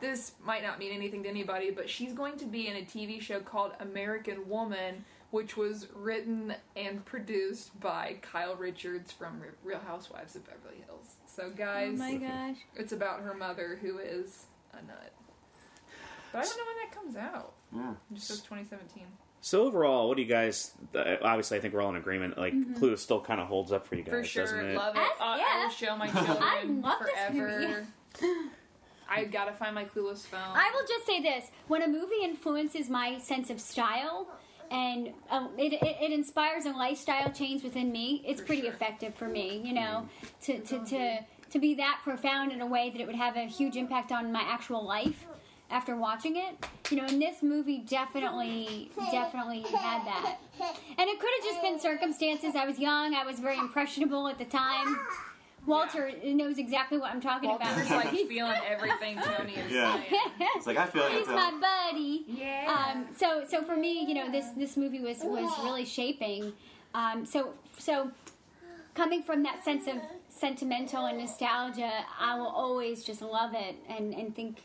this might not mean anything to anybody, but she's going to be in a TV show called American Woman, which was written and produced by Kyle Richards from Re- Real Housewives of Beverly Hills. So, Oh guys, my gosh. It's about her mother who is a nut. But I don't know when that comes out. Yeah. It just says 2017. So overall, what do you guys? Uh, obviously, I think we're all in agreement. Like, Clue still kind of holds up for you guys, For sure. doesn't it? Love it. As- Uh, I yeah. will show my children I love this forever. movie. I gotta find my clueless phone. I will just say this: when a movie influences my sense of style, and um, it, it, it inspires a lifestyle change within me. It's pretty effective for me, you know, to, to, to, to be that profound in a way that it would have a huge impact on my actual life after watching it. You know, and this movie definitely, definitely had that. And it could have just been circumstances. I was young, I was very impressionable at the time. Walter knows exactly what I'm talking Walter's about. like feeling everything Tony is Yeah. saying. It's like I feel like He's it's a- my buddy. Yeah. Um, so, so for me, you know, this this movie was was really shaping. Um, so, so coming from that sense of sentimental and nostalgia, I will always just love it and and think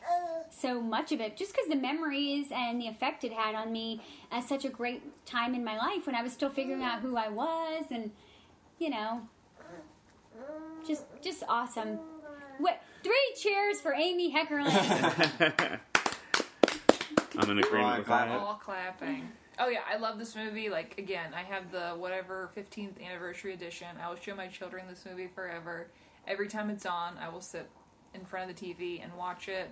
so much of it, just because the memories and the effect it had on me at such a great time in my life when I was still figuring out who I was and you know, just just awesome. What three cheers for Amy Heckerling? I'm in agreement I'm with glad that. all clapping. Oh yeah, I love this movie. Like again, I have the whatever 15th anniversary edition. I will show my children this movie forever. Every time it's on, I will sit in front of the TV and watch it.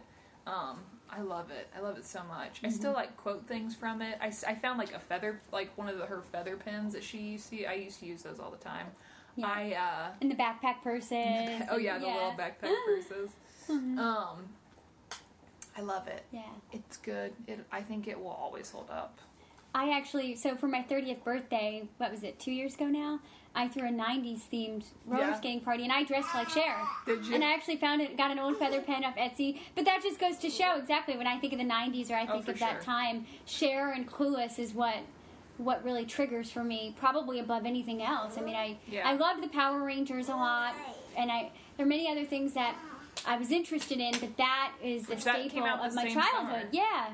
Um, I love it. I love it so much. I still Mm-hmm. like quote things from it. I, s- I found like a feather, like one of the, her feather pins that she used to. I used to use those all the time. Yeah. I uh, and the backpack purses. oh yeah, yeah. Mm-hmm. the little backpack purses. Um, I love it. Yeah. It's good. It I think it will always hold up. I actually, so for my 30th birthday, what was it, two years ago now? I threw a 90s themed roller Yeah. skating party and I dressed like Cher. Did you? And I actually found it, got an old feather pen off Etsy. But that just goes to show exactly when I think of the 90s or I Oh, think for of that sure. time, Cher and Clueless is what what really triggers for me, probably above anything else. I mean, I Yeah. I loved the Power Rangers a lot, and I there are many other things that I was interested in, but that is the Which that staple came out the of my same childhood. summer. Yeah.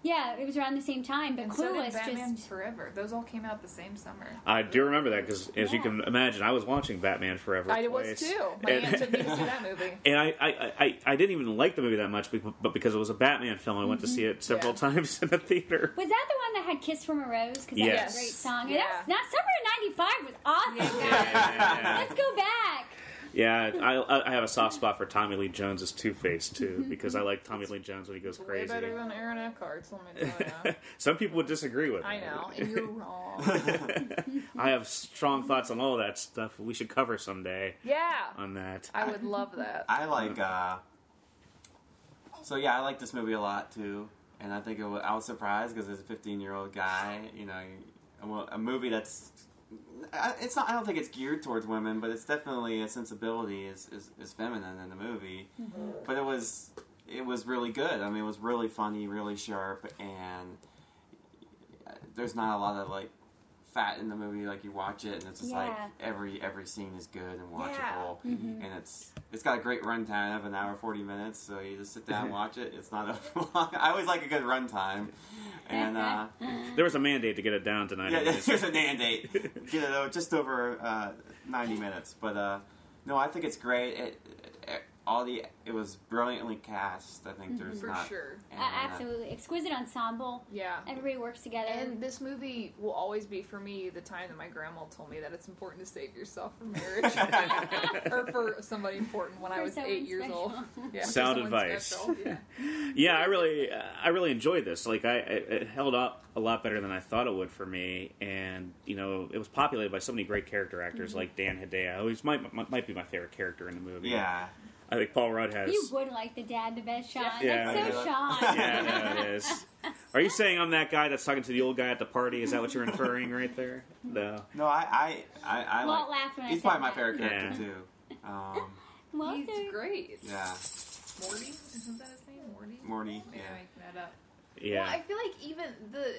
Yeah, it was around the same time, but And so Clueless did Batman just Forever. Those all came out the same summer. I do remember that because, as you Yeah. can imagine, I was watching Batman Forever. I was twice. too. My And- aunt took me to see that movie. and I, I, I, I didn't even like the movie that much, be- but because it was a Batman film, I went to see it several Mhm. Yeah. times in the theater. Was that the one that had "Kiss from a Rose"? Because that was Yes. a great song. Yeah. Yeah. That's not summer of '95 was awesome. Yeah, Let's go back. yeah, I, I I have a soft spot for Tommy Lee Jones's Two Face too, because I like Tommy Lee Jones when he goes It's way crazy. better than Aaron Eckhart's. Let me tell you. Some people would disagree with I that. know, and you're wrong. I have strong thoughts on all that stuff. We should cover someday Yeah, on that. I would love that. I like. uh So yeah, I like this movie a lot too, and I think it was, I was surprised because as a 15 year old guy, you know, a mo- a movie that's I- it's not. I don't think it's geared towards women, but it's definitely a sensibility is is, is feminine in the movie. But it was it was really good. I mean, it was really funny, really sharp, and uh, there's not a lot of like fat in the movie. Like you watch it, and it's just like Yeah. every every scene is good and Yeah. watchable, and it's it's got a great runtime of an hour forty minutes. So you just sit down and watch it. It's not a long. I always like a good runtime, and. uh There was a mandate to get it down tonight. yeah, yeah, anyways. here's a mandate. Get it out just over uh, 90 minutes. But uh, no, I think it's great. It, it, all the it was brilliantly cast. I think there's For not sure. and, Uh, absolutely exquisite ensemble. Yeah. Everybody works together. And this movie will always be for me the time that my grandma told me that it's important to save yourself for marriage or for somebody important when I For was someone eight years old. special. Yeah, for Sound someone advice. special, Yeah. yeah, I really, uh, I really enjoyed this. Like, I it it held up a lot better than I thought it would for me, and you know, it was populated by so many great character actors Mm-hmm. like Dan Hedaya, who's might might- might be my favorite character in the movie. Yeah, I think Paul Rudd has. you would like the dad the best, Sean. Yeah. That's so Yeah. Sean. yeah, I know it is. Are you saying I'm that guy that's talking to the old guy at the party? Is that what you're inferring right there? No. no, I I I, I Walt like, laughed when I He's said probably my that. favorite character Yeah. too. Um, Walter. He's great. yeah, Morty? Isn't that his name? Morty? Morty. Maybe Yeah, I'm making that up. Well, I Yeah. feel like even the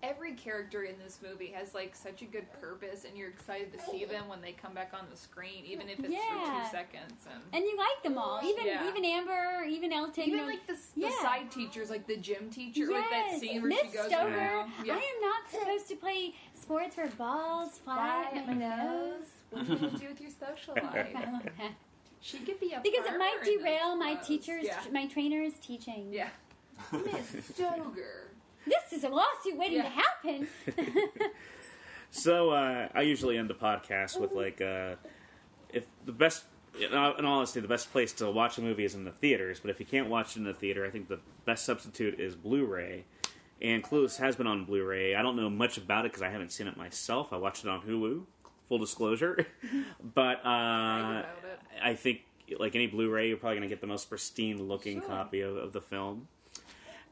every character in this movie has like such a good purpose, and you're excited to see them when they come back on the screen, even if it's for two Yeah. seconds. And, And you like them all, even Yeah. even Amber, even Elton. you even know, like the, the yeah. side teachers, like the gym teacher, yes, like that scene where Miss she goes Stover. around. Yeah. I am not supposed to play sports where balls fly Fly at my nose. What do you do with your social life? She could be a because it farmer might in those derail my clothes. teacher's, Yeah. my trainer's teaching. yeah. Miss Stoger. This is a lawsuit waiting Yeah. to happen. So uh, I usually end the podcast with like, uh, if the best, in all in all honesty, the best place to watch a movie is in the theaters. But if you can't watch it in the theater, I think the best substitute is Blu-ray. And Clueless has been on Blu-ray. I don't know much about it because I haven't seen it myself. I watched it on Hulu. Full disclosure, but uh, about it. I think like any Blu-ray, you're probably going to get the most pristine looking Sure. copy of, of the film.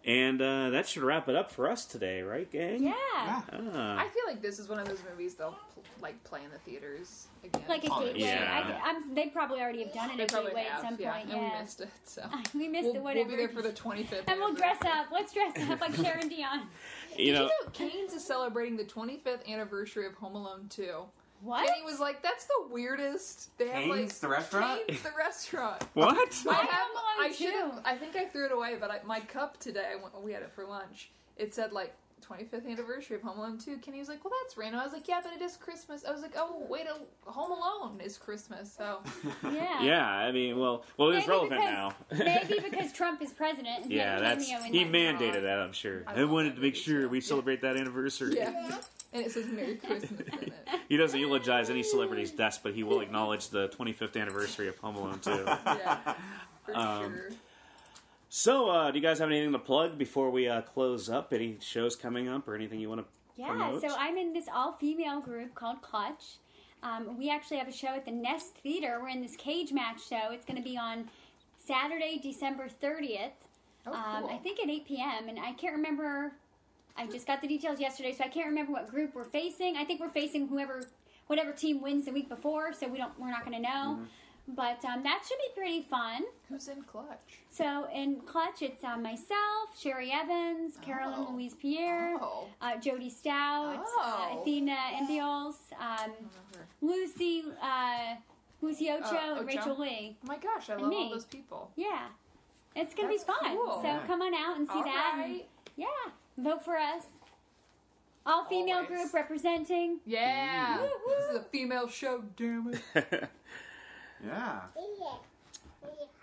And uh, that should wrap it up for us today, right, gang? Yeah. Yeah. Ah. I feel like this is one of those movies they'll pl- like play in the theaters again. Like a Oh, gateway. yeah. I, I'm, they probably already have done it they a probably gateway have, at some yeah, point. and we Yeah. missed it. So we missed we'll, it. we'll Whatever. be there for the 25th. and we'll dress anniversary. up. Let's dress up like Sharon Dion. you know, Did you know Keynes is celebrating the 25th anniversary of Home Alone 2? What? And he was like, "That's the weirdest." They have like Keynes, the restaurant? Keynes, the restaurant. what? I Why have. Home Alone I should. have- 2? I think I threw it away, but I, my cup today. I went, we had it for lunch. It said like 25th anniversary of Home Alone 2. Kenny was like, "Well, that's random." I was like, "Yeah, but it is Christmas." I was like, "Oh, wait, a, Home Alone is Christmas." So yeah. Yeah, I mean, well, well, it's Maybe relevant because- now. Maybe because Trump is president. and yeah, no that's cameo in he that. mandated that. I'm sure. I I love wanted that to make movie, sure too. we Yeah. celebrate that anniversary. yeah, and it says "Merry Christmas" in it. He doesn't eulogize any celebrity's death, but he will acknowledge the 25th anniversary of Home Alone 2. Yeah, for Um, sure. so, uh, do you guys have anything to plug before we uh, close up? Any shows coming up or anything you want to Yeah, promote? so I'm in this all female group called Clutch. Um, we actually have a show at the Nest Theater. We're in this cage match show. It's going to be on Saturday, December 30th. Oh, Um, cool. I think at 8 p.m. And I can't remember. I just got the details yesterday, so I can't remember what group we're facing. I think we're facing whoever, whatever team wins the week before. So we don't, we're not going to Mm-hmm. know. But um, that should be pretty fun. Who's in clutch? So in Clutch, it's um, myself, Sherry Evans, Carolyn Oh. Louise Pierre, Oh. uh, Jody Stout, Oh. uh, Athena Endios, um, Lucy, uh, Lucy Ocho, Uh, and Ocho. Rachel Lee. Oh my gosh, I And love me. all those people. Yeah, it's gonna That's be fun. cool. So Yeah. come on out and see All that. and- right. yeah, vote for us. All female Always. group representing. Yeah. This is a female show, damn it. Yeah.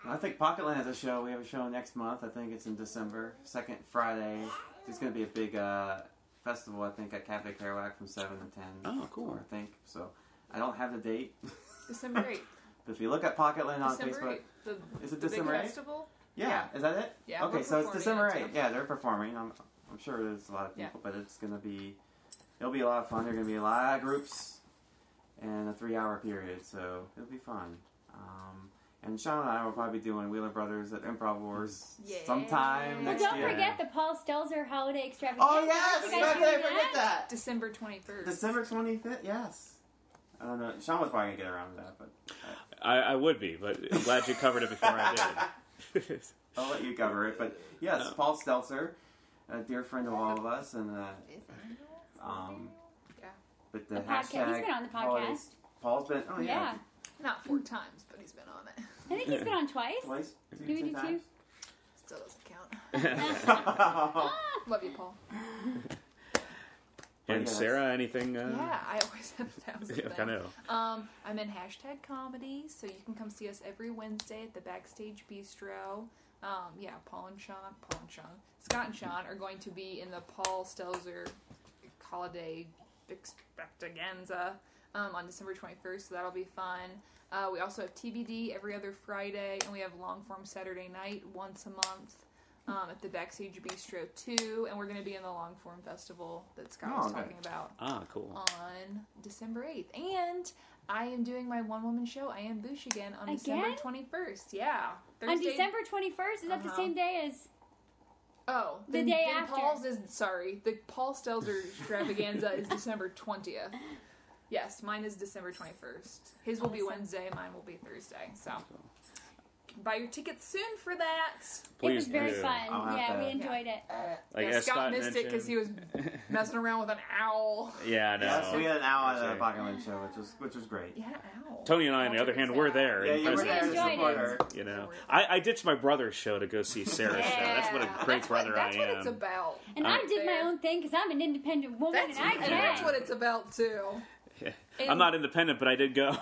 I think Pocketland has a show. We have a show next month. I think it's in December, second Friday. There's going to be a big uh, festival. I think at Cafe Kerouac from seven to ten. Oh, cool. I think so. I don't have the date, December 8th. but if you look at Pocketland on December Facebook, 8th. The, Is it the December big 8th? festival? yeah. is that it? Yeah, Okay, we're so it's performing December it, too. eighth. Yeah, they're performing. I'm, I'm sure there's a lot of Yeah. people, but it's going to be, it'll be a lot of fun. There're going to be a lot of groups, in a three-hour period, so it'll be fun. Um, and Sean and I will probably be doing Wheeler Brothers at Improv Wars Yeah. sometime Well, next don't year. forget the Paul Stelzer Holiday Extravaganza. Oh yes, You I guys did remember forget that. December 21st. December twenty fifth. Yes. I don't know. Sean was probably gonna get around to that, but I, I would be, but I'm glad you covered it before I did. I'll let you cover it. But yes, Paul Stelzer, a dear friend of all of us, and uh, um, Yeah. but the, The podcast- he's hashtag been on the holidays- Paul's been. Oh yeah. Yeah. Not four times, but he's been on it. I think he's been on twice. Twice. Two, we two do times. Still doesn't count. oh, Love you, Paul. and Yes. Sarah, anything? Uh, Yeah, I always have a thousand things. I know. Um, I'm in hashtag comedy, so you can come see us every Wednesday at the Backstage Bistro. Um, yeah, Paul and Sean, Paul and Sean, Scott and Sean are going to be in the Paul Stelzer Holiday Extravaganza um, on December 21st, so that'll be fun. Uh, we also have TBD every other Friday, and we have long form Saturday night once a month. Um, at the Backstage Bistro too, and we're going to be in the Long Form Festival that Scott Oh, was okay. talking about Ah, cool. on December 8th. And I am doing my one woman show, I Am Boosh, again on December Again? 21st. Yeah. On Thursday- December 21st, is that the Uh-huh. same day as? Oh, the then- day then after. Paul's is, sorry, the Paul Stelzer extravaganza is December 20th. Yes, mine is December 21st. His will be Awesome. Wednesday, mine will be Thursday. So buy your tickets soon for that. it was Please very do. fun. I'll have Yeah, to- we enjoyed it. Like, yeah, as Scott, Scott missed it because he was messing around with an owl. Yeah, I know. Yes, we had an hour at Sorry. the Apocalypse show, which was which was great. Yeah, owl. Tony and I, on the Patrick other hand, was were out. there. Yeah, in you were person. there as a Enjoyed it. supporter. You know, I, I ditched my brother's show to go see Sarah's show. That's what a great That's what- brother that's I what am. it's about. And Uh, I did my own thing because I'm an independent woman That's, and I and that's can. what it's about too. I'm not independent, but I did go.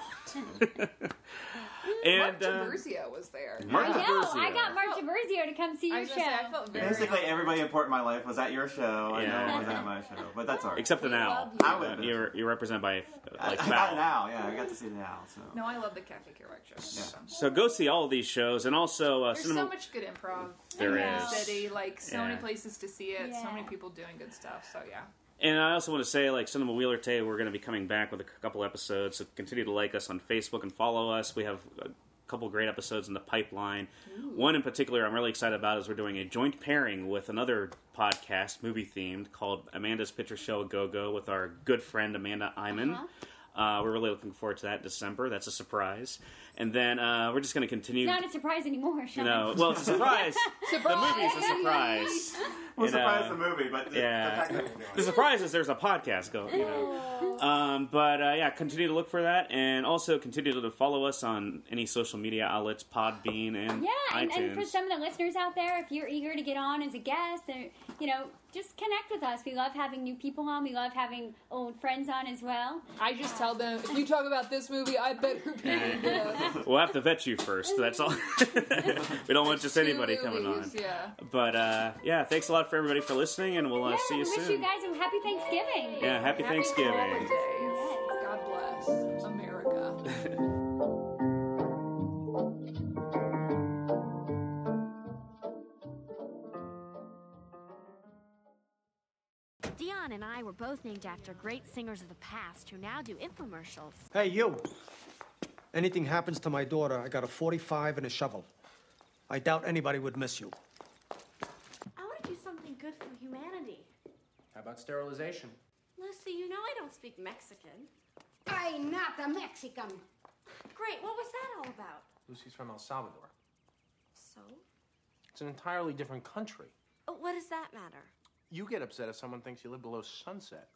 and Mark uh, Tiberzio was there. Mark I know. I Tiberzio. got Mark Tiberzio to come see I your was show. gonna say, I felt very Basically, everybody important in my life was at your show. I know Yeah. it wasn't at my show, but that's alright. except the We now. uh, love you. I would- You're, you're represented by I, like I got Val. it now. Yeah, I got to see it now. So No, I love the Kathy Kerouac show. So. So go see all of these shows, and also uh, There's cinema. so much good improv. There in is. the city, like so many Yeah. places to see it, so Yeah. many people doing good stuff. So yeah, And I also want to say, like Cinema Wheeler Tay, we're going to be coming back with a couple episodes. So continue to like us on Facebook and follow us. We have a couple great episodes in the pipeline. One in particular I'm really excited about is we're doing a joint pairing with another podcast, movie themed, called Amanda's Picture Show Go Go with our good friend Amanda Iman. Uh-huh. uh we're really looking forward to that in December. That's a surprise. And then uh, we're just going to continue. It's not a surprise anymore, Sean. no, well, it's a surprise. the movie's a surprise. we're And, uh, surprised the movie, but the, the yeah. fact that we're doing The it. surprise is there's a podcast going. You know. um, but uh, yeah, continue to look for that, and also continue to follow us on any social media outlets, Podbean and Yeah, and, iTunes. and for some of the listeners out there, if you're eager to get on as a guest, and you know, just connect with us. We love having new people on. We love having old friends on as well. I just tell them if you talk about this movie, I better be. in we'll have to vet you first. That's all. we don't want just the anybody two coming on. movies, Yeah. But uh, yeah, thanks a lot for everybody for listening, and we'll uh, yeah, see you we wish soon. you guys a happy Thanksgiving. yeah, happy, Thanksgiving. holidays. God bless America. Dion and I were both named after great singers of the past who now do infomercials. Hey, you. Anything happens to my daughter, I got a 45 and a shovel. I doubt anybody would miss you. I want to do something good for humanity. How about sterilization? Lucy, you know I don't speak Mexican. I'm not a Mexican. Great, what was that all about? Lucy's from El Salvador. So? It's an entirely different country. Oh, what does that matter? You get upset if someone thinks you live below sunset.